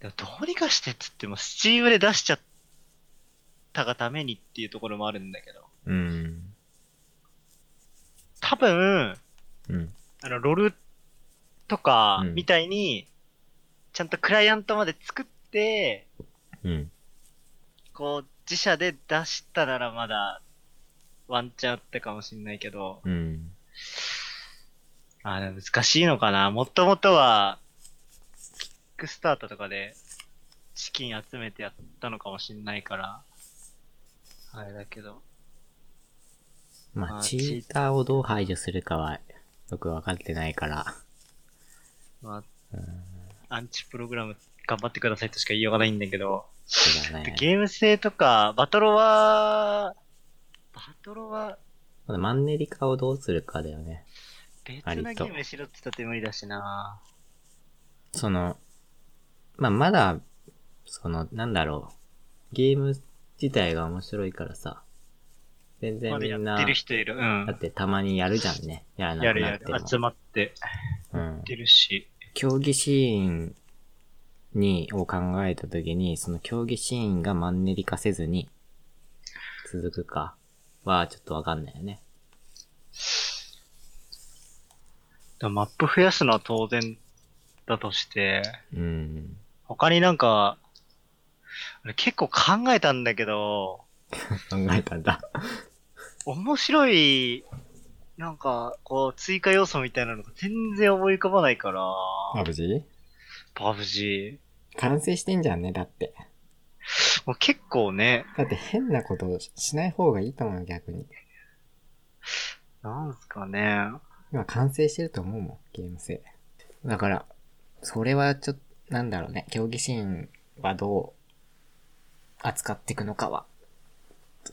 でもどうにかしてっつっても、スチームで出しちゃったがためにっていうところもあるんだけど、
あ。うん。
多分、
うん。
あの、ロールとか
うん
みたいに、ちゃんとクライアントまで作って、
うん。
こう、自社で出したならまだ、ワンチャンあったかもしんないけど、
うん。
あー、でも難しいのかな。もともとは、キックスタートとかで、資金集めてやったのかもしんないから、あれだけど。
ま
ま
あ、
あ
チーターをどう排除するかは、よくわかってないから。
ま
うん。
あ、アンチプログラム頑張ってくださいとしか言いようがないんだけど、
そうだ
で
ね。
ゲーム性とか、バトロは、バトロは
まだマンネリ化をどうするかだよね。
別
割
な
と
ゲームにしろって言ったって無理だしな
その、まあ、まだ、その、なんだろう。ゲーム自体が面白いからさ。全然
まだ
み
や
ん
っ
な、
てる人いる。う
だ
ん
っ。てたまにやるじゃんね。やらな
や
く
る
な
や
って
る
も。。
集まってや
うん
っ。てるし。
競技シーンに、を考えたときに、その競技シーンがマンネリ化せずに、続くかは、ちょっとわかんないよね。
だからマップ増やすのは当然だとして、
うん。
他になんか、俺結構考えたんだけど、
考えたんだ。
面白い、なんか、こう、追加要素みたいなのが全然思い浮かばないから、
マブジー
パブ G。
完成してんじゃんね、だって。
もう結構ね、
だって変なことししない方がいいと思うよ、逆に。
なんすかね。
今完成してると思うもん、ゲーム性。だから、それはちょっと、なんだろうね、競技シーンはどう扱っていくのかは、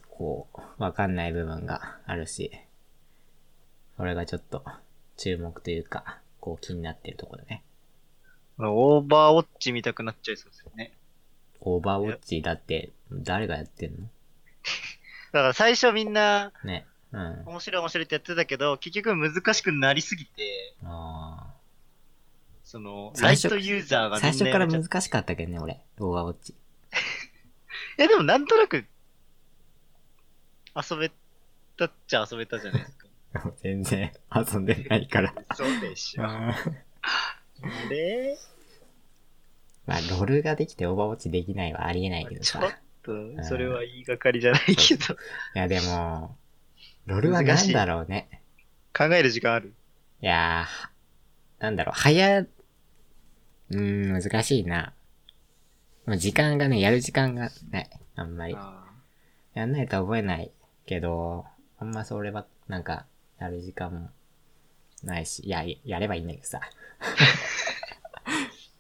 こう、わかんない部分があるし、それがちょっと注目というか、こう気になってるところだね。
オーバーウォッチ見たくなっちゃいそうですよね。
オーバーウォッチだって、誰がやってんの
だから最初みんな、
ね。うん。
面白い面白いってやってたけど、結局難しくなりすぎて、
あ
その、ラ
最
イ
初
トユーザー
ー
がみんな
最初から
やめちゃっ
難しかったけどね、俺。オーバーウォッチ。
え、でもなんとなく、遊べたっちゃ遊べたじゃないですか。
<laughs> 全然遊んでない <laughs> から。
<laughs> そうでしょ。で、
まあ、ロールができてオーバーウォッチできないはありえないけど
ち
さ。
ょ
い
っと、それは言いがかりじゃないけど、
や、でも、ロールはなんだろうね。
考える時間ある。
いやー、なんだろう、早、うーん、難しいな。もう時間がね、やる時間がない。あんまり。
あ
やんないと覚えないけど、あんまそれは、なんか、やる時間もないし、いや、やればいいんだけ
<laughs>
どさ。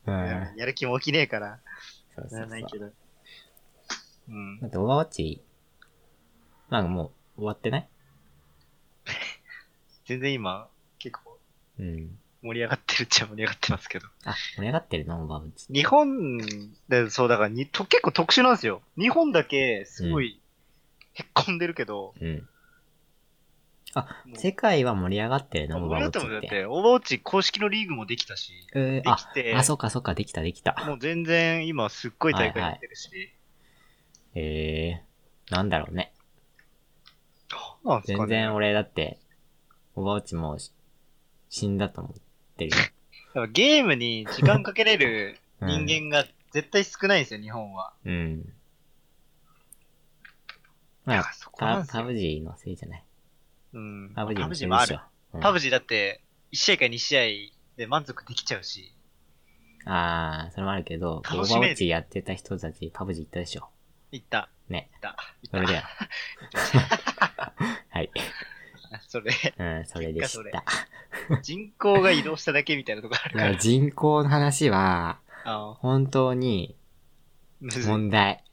う
ー
ん。
やる気も起きねえから、
そう
や
そ
ら
う
ない
そ
け
う。
ど。うん。
だって、オーバーウォッチ、まあもう終わってない
全然今、結構
うん。
盛り上がってるっちゃ盛り上がってますけど。
あ、盛り上がってるのオーバーウォッチ。
日本で、そうだからにと、結構特殊なんですよ。日本だけ、すごい、へっこんでるけど、
うん。あ、
もう
世界は盛り上がってるのオーバ
俺
ーウ
だ
ォ
っても
ッ
だっ
チって。
て、オーバーウォッチ公式のリーグもできたし、
えー、
で
あ、
きて、
あ、そっかそっか、できたできた。
もう全然今すっごい大会やってるし、
えー、なんだろうね。
どうなんですか
全
ね
然俺だって、オーバーウォッチもうし死んだと思ってるよ。
だからゲームに時間かけれる
<laughs> うん
人間が絶対少ないんですよ、日本は。
うん。ま
だ
あ
から、そこなん
パ
です
パ
よ。
ブジーのせいじゃない。
うん、
パブジーのせい
も
で
あ
しょ
る。。
うん
パブジーだって、1試合か2試合で満足できちゃうし、
ああ、それもあるけど、オーバ
楽
ーウ
しめる
ォッチやってた人たち、パブジー行ったでしょ。
いった。
ね
いった。いった
それ
<laughs>
だよ。はい。
それ、
うん、それでし
結
た
果。人口が移動しただけみたいなとこある
い
か
や
ら。
人口の話は、
あの、
本当に
むずい
問題。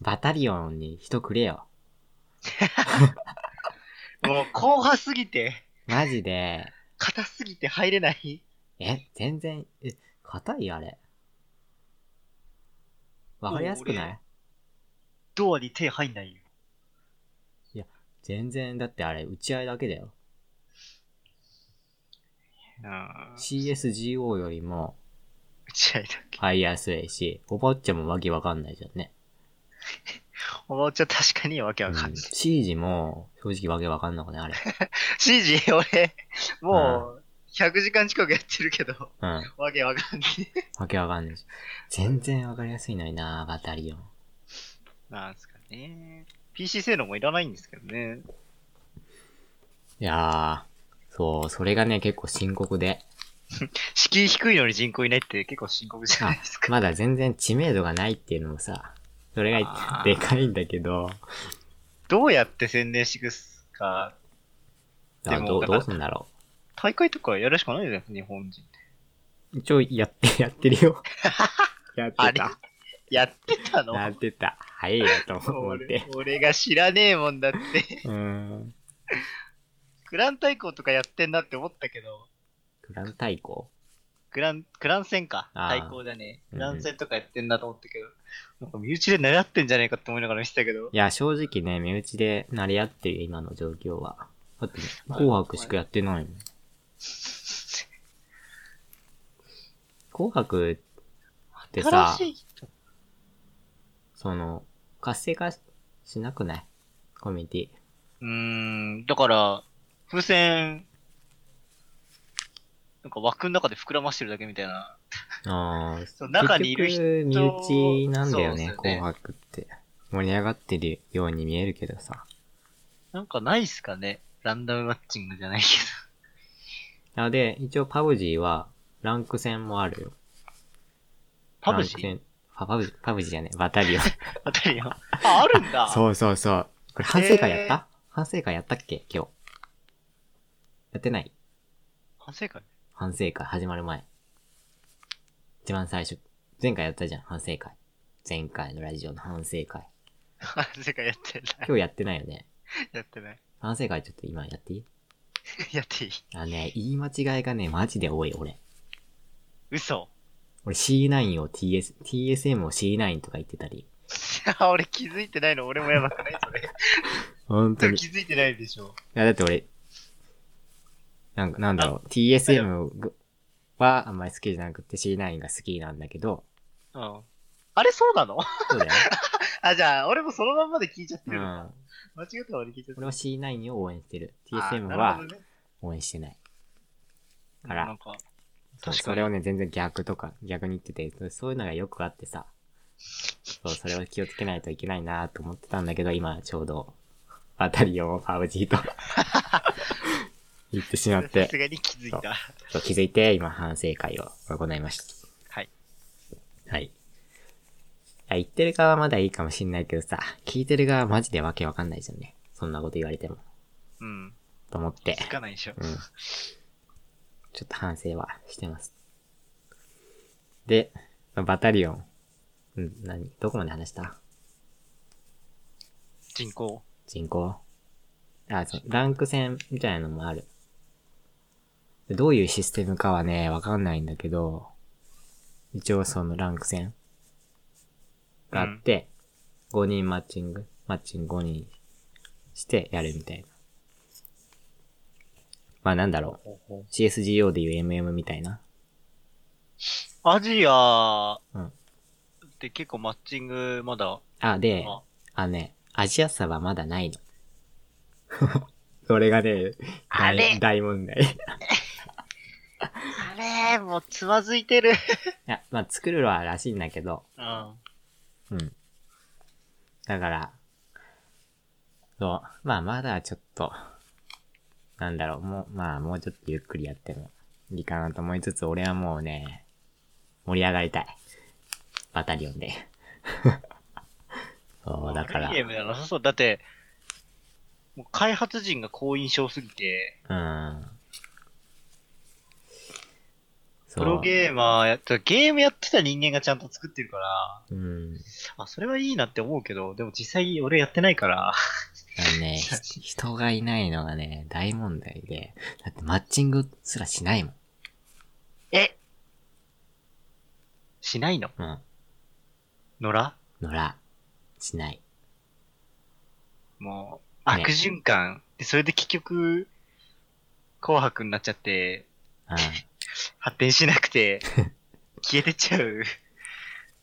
バタリオンに人くれよ。
もう、後半すぎて、
マジで、
硬すぎて入れない。
え、全然、え、硬いあれ。わかりやすくな
もう
い
ドアに手入んないよ。
全然、だってあれ、打ち合いだけだよ。
うん。
CSGO よりも、
打ち合いだけ。
入りやすいし、おばっちゃんもわけわかんないじゃんね。
おばちゃん確かにわけ
う
わかん
ん、
ない。
シージも、正直わけわかんなくない、あれ。
シージ、俺、もう、100時間近くやってるけど、
うん。
わけわかんない。
わけわかんないし。全然わかりやすいのにな、バタリオン。
なんすかね。PC 性能もいらないんですけどね。
いやー、そう、それがね、結構深刻で、
敷居低いのに人口いないって結構深刻じゃないですか。
まだ全然知名度がないっていうのもさ、それが
あー
でかいんだけど、
どうやって宣伝していくっすか。
だから
で
ど
も
うどうすんだろ
大会とかやるしかないじゃないですか、日本人って。
う。一応、やって、 <laughs> やってる
<laughs>
よ。やって
あれ
た。
やってたの
やってた。早いよと思っ
俺
て。
俺が知らねえもんだって。 <laughs>
うーん。
グラン対抗とかやってんなって思ったけど、
グラン対抗
グラン、グラン戦か。
あー
対抗だね。
うん
グラン戦とかやってんなと思ったけど、なんか身内で狙ってんじゃねえかって思いながら見てたけ
い
ど、
や、正直ね、身内で成り合ってるよ、今の状況は。だって、紅白しかやってないもん。紅白って
新
さ、
しい人。
その、活性化ししなくないコミュニティ。
うーん、だから、風船、なんか枠の中で膨らましてるだけみたいな。
あ
そう
あ、
中にいる人
結局身内なんだよね、
そうですよね
紅白って。盛り上がってるように見えるけどさ。
なんかないっすかね。ランダムマッチングじゃないけ
なので、一応パブ G は、ランク戦もあるよ。
パブ
ランク
G?
戦あパブジ、パブジじゃねえ、バタリオン。
当たりよ。あ、 <laughs> あるんだ。
<laughs> そうそうそう。これ反省会やった、反省会やったっけ今日。やってない
反省会 <laughs>
反省会始まる前。一番最初。前回やったじゃん、反省会。前回のラジオの反省会。
反省会やってない。
今日やってないよね。
やってない。
反省会ちょっと今やっていい
やっていい
あのね、言い間違いがね、マジで多い、俺。
嘘
俺 C9 を TS、TSM を C9 とか言ってたり。
<laughs> 俺気づいてないの俺もやばくない
<laughs>
それ。
本当に。い
気づいてないでしょ。
や、だって俺、なんか、なんだろう、TSM はあんまり好きじゃなくて C9 が好きなんだけど、
うん。あれそうなの
そうだよ。
<laughs> あ、じゃあ、俺もそのまんまで聞いちゃって
う
る。
ん。
間違った俺聞いちゃって
俺
る。
は C9 を応援してる。
あ
TSM
な
は
るほどね
応援してない。
うん
から
なんか、
そう
確かに
それをね、全然逆とか、逆に言ってて、そうそういうのがよくあってさ、そう、それを気をつけないといけないなと思ってたんだけど、今ちょうど、バタリオンをパウジー
<laughs>
と、言ってしまっ
さす
て、
がに気づいた。
そう気づいて、今反省会を行いました。
はい。
はい。いや、言ってる側はまだいいかもしんないけどさ、聞いてる側はマジでわけわかんないじゃんね。そんなこと言われても。
うん。
と思って
気。づかないでしょ。
うん。ちょっと反省はしてます。で、バタリオン。うん、何どこまで話した
人口。
人口あ、そう、ランク戦みたいなのもある。でどういうシステムかはね、わかんないんだけど、一応そのランク戦があって、5人マッチング、マッチング5人してやるみたいな。まあなんだろう。CSGO でいう MM みたいな。
アジア
うん
って結構マッチングまだ、
あ、で、
あ
あのね、アジア差はまだないの。 <laughs> それがね、
あれ
大大問題。い
あれもうつまずいてる。
や、まあ、作るのはらしいんだけど、
うん。
うん。だから、そう、まあ、まだちょっと、なんだろう、もう、まあ、もうちょっとゆっくりやってもいいかなと思いつつ、俺はもうね、盛り上がりたい。バタリオン
<laughs>
で。そう、だから
悪い、ゲームじゃなさそう。だって、もう開発陣が好印象すぎて、
うん。そ
プロゲーマーやって、ゲームやってた人間がちゃんと作ってるから、
ーうん。
あ、それはいいなって思うけど、でも実際俺やってないから、
あの
<laughs>
ね、ひ人がいないのがね、大問題で。だってマッチングすらしないもん。
えしないの
うん。
野良
のら、しない。
もう、
ね
悪循環。で、それで結局、紅白になっちゃって、発展しなくて、消えてっちゃう。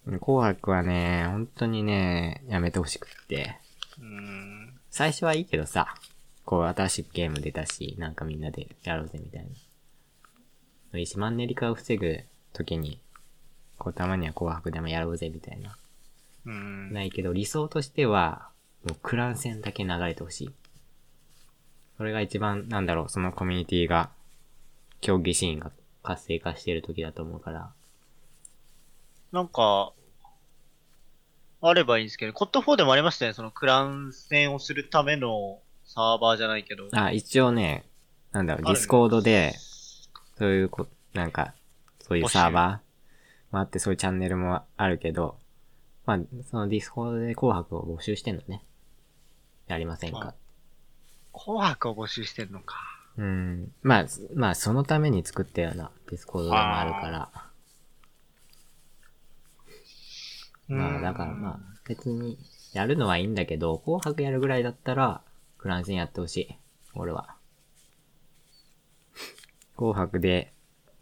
うん。紅白はね、本当にね、やめてほしくって。
うーん。
最初はいいけどさ、こう新しいゲーム出たし、なんかみんなでやろうぜみたいな。そういうし、マンネリ化を防ぐときに、こうたまには紅白でもやろうぜみたいな。
うーん。
ないけど、理想としては、もうクラン戦だけ流れてほしい。それが一番、なんだろう、そのコミュニティが、競技シーンが活性化してる時だと思うから。
なんか、あればいいんですけど、コット4でもありましたね。そのクラン戦をするためのサーバーじゃないけど。
あ、一応ね、なんだろう、
あ
デ
る
ィスコードで、そういうこ、なんか、そういうサーバーもあって、そういうチャンネルもあるけど、まあ、そのディスコードで紅白を募集してんのね。やりません
は
か
い。紅白を募集してるのか。
うん。まあ、すまあ、そのために作ったようなディスコードでもあるから。まあ、だからまあ、別に、やるのはいいんだけど、紅白やるぐらいだったら、フランスにやってほしい。俺は。 <laughs> 紅白で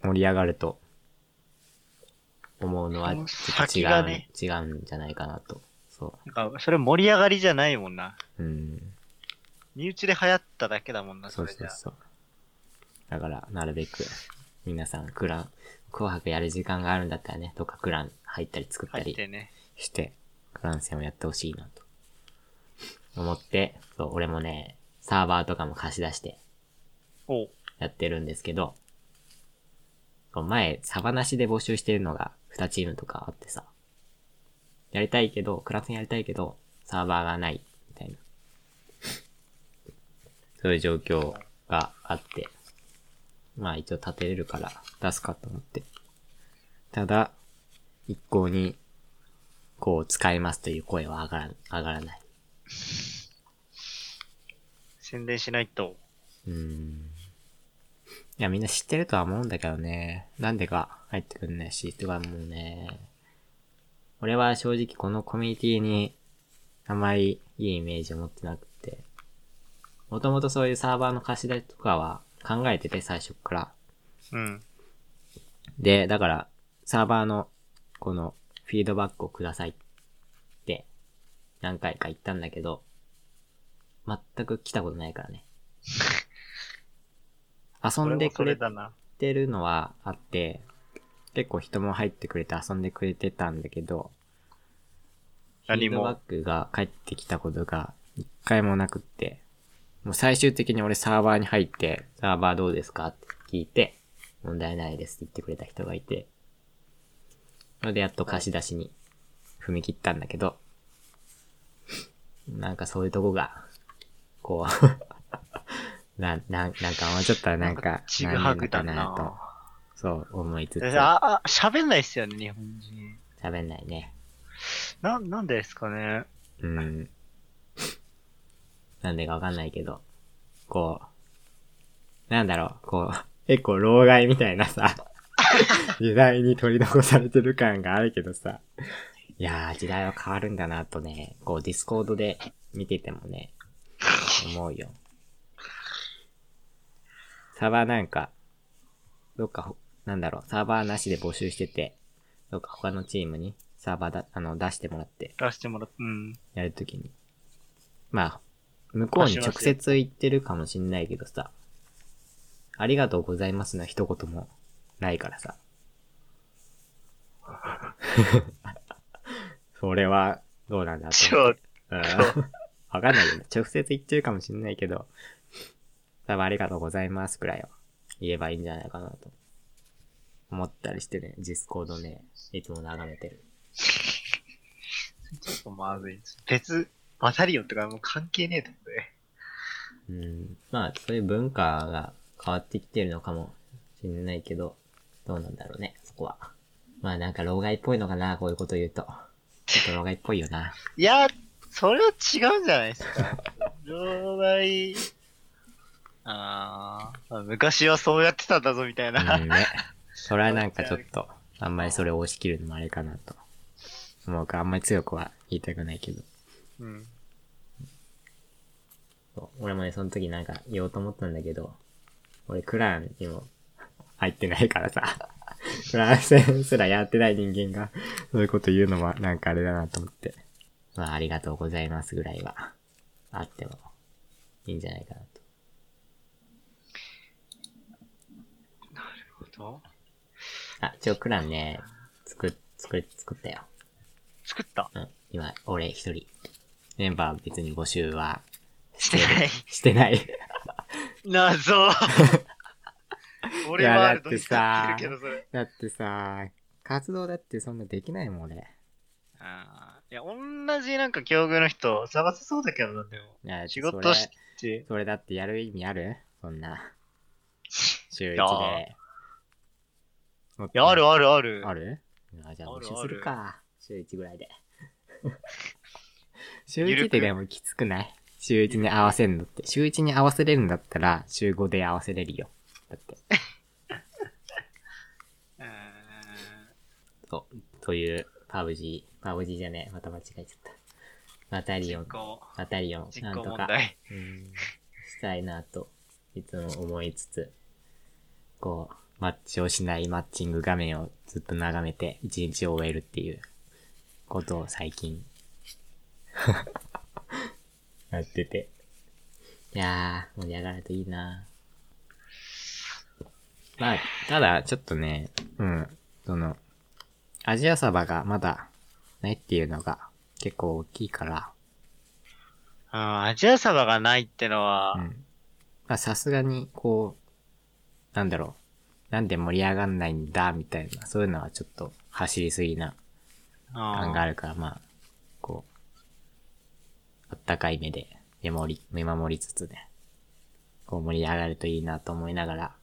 盛り上がると、思うのは、ちょ
この
っと違
先
う、
がね
違うんじゃないかなと。そ
あ。なんか、それ盛り上がりじゃないもんな。
う。うん。
身内で流行っただけだもんな、
そ
そうれじ
そ
ゃ
う。そう。だから、なるべく、皆さん、クラン、紅白やる時間があるんだったらね、どっかクラン入ったり作った
入
り
ってね。
して、クラン戦をやってほしいなと。思って、そう、俺もね、サーバーとかも貸し出して
おう
やってるんですけど、こう前、サバなしで募集してるのが2チームとかあってさ、やりたいけど、クラスにやりたいけど、サーバーがない、みたいな。そういう状況があって、まあ一応立てれるから出すかと思って。ただ、一向に、こう使いますという声は上がら、上がらない。
宣伝しないと。
うーん。いや、みんな知ってるとは思うんだけどね。なんでか入ってくんないし、とかもうね。俺は正直このコミュニティにあまりいいイメージを持ってなくて。もともとそういうサーバーの貸し出しとかは考えてて最初っから。
うん。
で、だから、サーバーの、この、フィードバックをくださいって、何回か言ったんだけど、全く来たことないからね。遊んでくれ
<laughs> 俺もそれだな。
ってるのはあって、結構人も入ってくれて遊んでくれてたんだけど、フィ
何
ード
も
バックが返ってきたことが一回もなくって、もう最終的に俺サーバーに入って、サーバーどうですかって聞いて、問題ないですって言ってくれた人がいて、それでやっと貸し出しに踏み切ったんだけど、なんかそういうとこが、こう、 <laughs> な、な、なんかもうちょっとなんか、
ちぐはぐだ
んのかと
な。
そう、思いつつ、
あ、あ、喋んないっすよね、日本人。
喋んないね。
な、なんでですかね。
うん。なんでかわかんないけど、こう、なんだろう、こう、結構老害みたいなさ、時代に取り残されてる感があるけどさ、いやー、時代は変わるんだなとね、こう、ディスコードで見ててもね、思うよ。サーバーなんか、どっかほ、なんだろう、サーバーなしで募集してて、どっか他のチームにサーバーだ、あの、出してもらって、
出してもらって、うん。
やるときに。まあ、向こうに直接言ってるかもしんないけどさ、ありがとうございますの一言もないからさ。 <laughs> それは、どうなんだ
ち
と思う。
ょ、
うんわかんないよね。直接言ってるかもしんないけど、多分ありがとうございますくらいは言えばいいんじゃないかなと思ったりしてね、ディスコードね、いつも眺めてる。
ちょっとまずいです。別、バタリオンとかもう関係ねえと思って。
うん、まあ、そういう文化が変わってきてるのかもしれないけど、どうなんだろうね、そこは。まあなんか、老害っぽいのかな、こういうこと言うと。ちょっと老害っぽいよな。
いや、それは違うんじゃないですか。老害、あー、昔はそうやってたんだぞみたいな。
うんね。それはなんかちょっと、あんまりそれを押し切るのもあれかなと。思うから、あんまり強くは言いたくないけど。
うん。
そう俺もね、その時なんか言おうと思ったんだけど、俺クランにも <laughs> 入ってないからさ、 <laughs> クラン戦すらやってない人間が、そういうこと言うのはなんかあれだなと思って。まあ、ありがとうございますぐらいは、あっても、いいんじゃないかなと。
こと
あ、一応クランね、作っ、作っ、作ったよ。
作った
うん。今、俺一人。メンバー別に募集は
してない。
してない。 <laughs>
<laughs> 謎。俺はあるのに使ってるけど、それ。
だってさ、活動だってそんなできないもん俺。
あーいや、同じなんか境遇の人探せそうだけどな、でも。
いや
仕
そ
事
れ
して、
それだってやる意味あるそんな。週一
や
で。もっ
い
と
や、あるあるある。
あるあじゃあ
あ
募
る
集するか。週一ぐらい
<laughs>
で。週
ゆ
一
る
っ
く
てでもきつくない週一に合わせるのって。週一に合わせれるんだったら、週五で合わせれるよ。だって。
うーん
そう。そういう、パブジー。パブジーじゃねえ。また間違えちゃった。バタリオ
実
ン。
行、
バタリオン。
実
なん
行
と
問
か。
題。
うんしたいなと、いつも思いつつ、こう、マッチをしないマッチング画面をずっと眺めて、一日を終えるっていう、ことを最近、 <laughs> やってて。いやー、盛り上がるといいなまあ、ただ、ちょっとね、うん、その、アジアサバがまだ、ないっていうのが、結構大きいから、
うん、アジアサバがないってのは
う、んまあさすがに、こう、なんだろう。なんで盛り上がんないんだ、みたいな、そういうのはちょっと走りすぎな感があ
る。
るから、まあ、こう、あったかい目で見守り、見守りつつね、こう盛り上がるといいなと思いながら、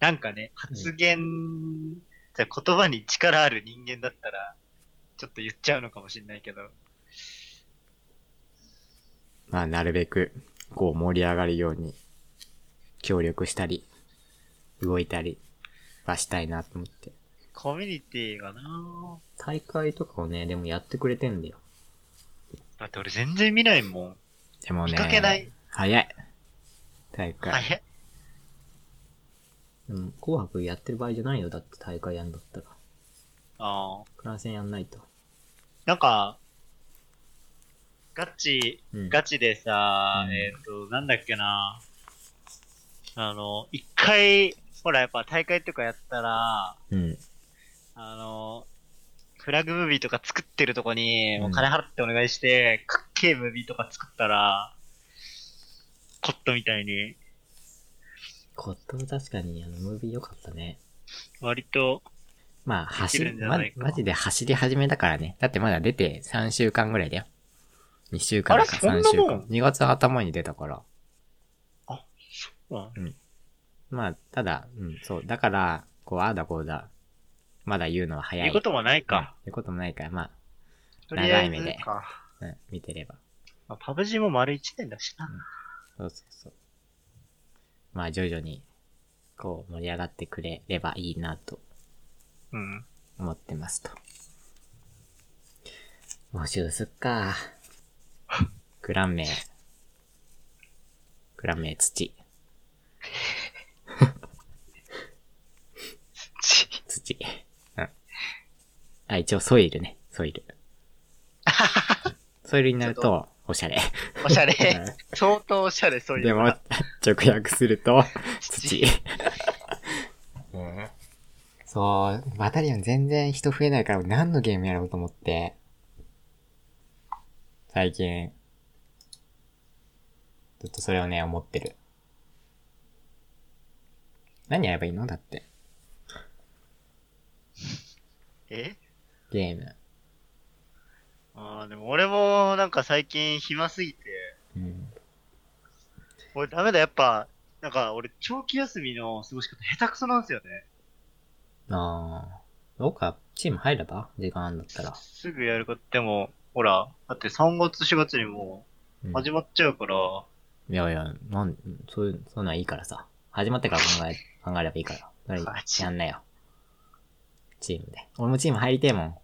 なんかね、発言、じゃあ言葉に力ある人間だったら、ちょっと言っちゃうのかもしれないけど、
まあ、なるべく、こう盛り上がるように、協力したり、動いたりはしたいなと思って。
コミュニティがなぁ。
大会とかをね、でもやってくれてんだよ。
だって俺全然見ないもん。
でもね、
見かけない
早い。大会。
早い。
うん、紅白やってる場合じゃないよ。だって大会やんだったら。
ああ。
クラン戦やんないと。
なんか、ガチ、
うん
ガチでさ、
うん
えっ、と、なんだっけな。あの、一回、ほらやっぱ大会とかやったら、
うん。
あの、フラグムービーとか作ってるとこに、
うん
もう金払ってお願いして、かっけえムービーとか作ったら、コットみたいに、
コットン確かに、あの、ムービー良かったね。
割と、
まあ、走
できる
り、
んじゃ
ま
ない、か
マジで走り始めたからね。だってまだ出て3週間ぐらいだよ。2週
あ
間
れ
か
そんな
3週
もん
間。2月頭に出たから。
うん
まあ、ただ、うん、そう。だから、こう、ああだこうだ、まだ言うのは早い。
言うこともないか。
うん。言うこともないから、ま
とりあ
長
えず
い目で
か。
あ、うん、見てれば。
まあ、パブ G も丸1年だしな。
そうそうそう。まあ、徐々に、こう、盛り上がってくれればいいなと
うん。
思ってますと。募集すっか。
<laughs>
クラン名。クラン名土。
ち
土。うん。あ、一応ソイルね。ソ
<laughs>
イル。ソイルになる
ちょ
と、おし
<laughs>
ゃれ。
おしゃれ。相当おしゃれ、そういう
で
の
も
は、
直訳すると、土。そう、バタリオン全然人増えないから、何のゲームやろうと思って。最近、ずっとそれをね、思ってる。何やればいいのだって。
え
ゲーム。
ああ、でも俺もなんか最近暇すぎて、
うん。
俺ダメだ、やっぱ、なんか俺長期休みの過ごし方下手くそなんですよね。
あー。どうか、チーム入れば時間あんだったら。
すぐやることでも、ほら、だって3月4月にも
う
うん始まっちゃうから、
いやいや、なん、そういう、そういうのはいいからさ。始まってから考え、考えればいいから。それ
マジ
やんなよ。チームで。俺もチーム入りてえもん。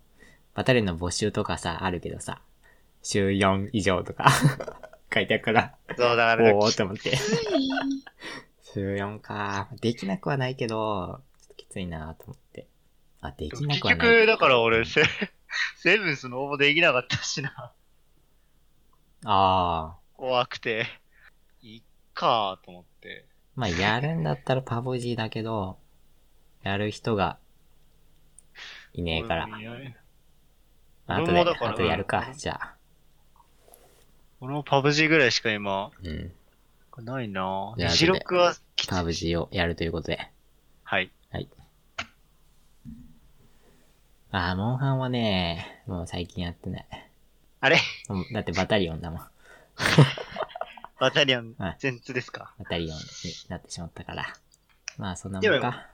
バタリオンの募集とかさ、あるけどさ、週4以上とか、 <laughs> 書いてあるから、
そうだから、
おおって思って。週4か。できなくはないけど、ちょっときついなと思って。あ、できな
結
くはない。
局、だから俺、セ <laughs> セブンスの応募できなかったしな。
ああ。
怖くて。いっかーと思って。
まあ、やるんだったらパボジーだけど、やる人が、いねえから。あと
俺
で、
もだから
あとやるか
う、ん
じゃあ。
俺もパブ G ぐらいしか今、
うん。
ないなぁ。
じゃあ
議事録はきつい
パブジーをやるということで。
はい。
はい。ああ、モンハンはね、もう最近やってない。
あれ
もうだってバタリオンだもん。バ
バタリアン
はい、
全通ですか
タリオンになってしまったから。まあ、そんな
で
も
も
んか。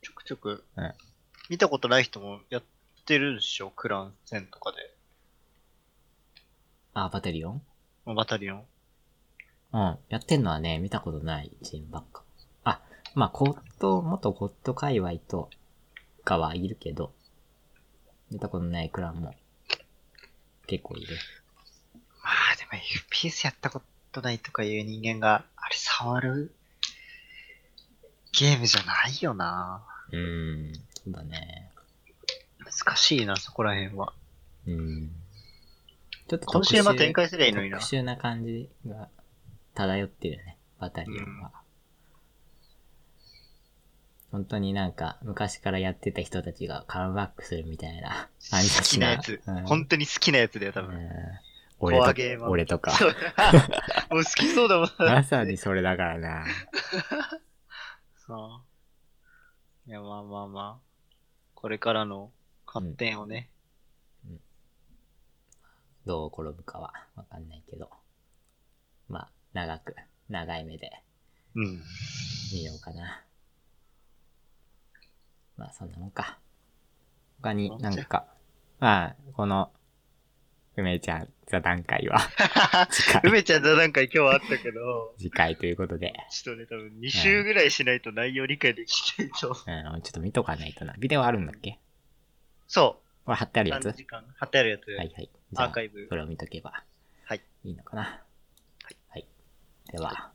ちょくちょく
うん。
見たことない人もやってるでしょクラン戦とかで。
ああ、バタリオン
バタリオン。
うん。やってんのはね、見たことないチームばっか。あ、まあ、コット、元コット界隈とかはいるけど、見たことないクランも結構いる。
まあでも FPS やったことないとかいう人間が、あれ触るゲームじゃないよな
うーん。そうだね。
難しいな、そこら辺は。
うん。ちょっと
今
特
週
殊
は展開すればいいのにな
特。殊な感じが漂ってるよね。バタリオンは。本当になんか昔からやってた人たちがカムバックするみたいな感じ
好きなやつ
う。ん
本当に好きなやつだよ、多
う
分。
ん
コア
俺
ゲー
と
マ
か、
ー
俺とか。
<laughs> そうもう好きそうだもん。
まさにそれだからな。
そういや、まあまあまあ。これからの発展をね。
どう転ぶかはわかんないけど。まあ、長く、長い目で
うん。 <laughs>
見ようかな。まあ、そんなもんか。他に何か、まあ、この、梅ちゃん座談会
<laughs>
は次回、
梅ちゃん座談会今日はあったけど、
次回ということで、
ちょっとね、多分2週ぐらいしないと内容理解できないと。
うん、ちょっと見とかないとな。ビデオあるんだっけ
そ
これ貼ってあ
う。
るやつ
3
は
時間。貼ってあるやつ。
いはい。じ
ア
ゃあ
ーカイブ
そ。れを見とけば
はい。
いいのかな。はい。では、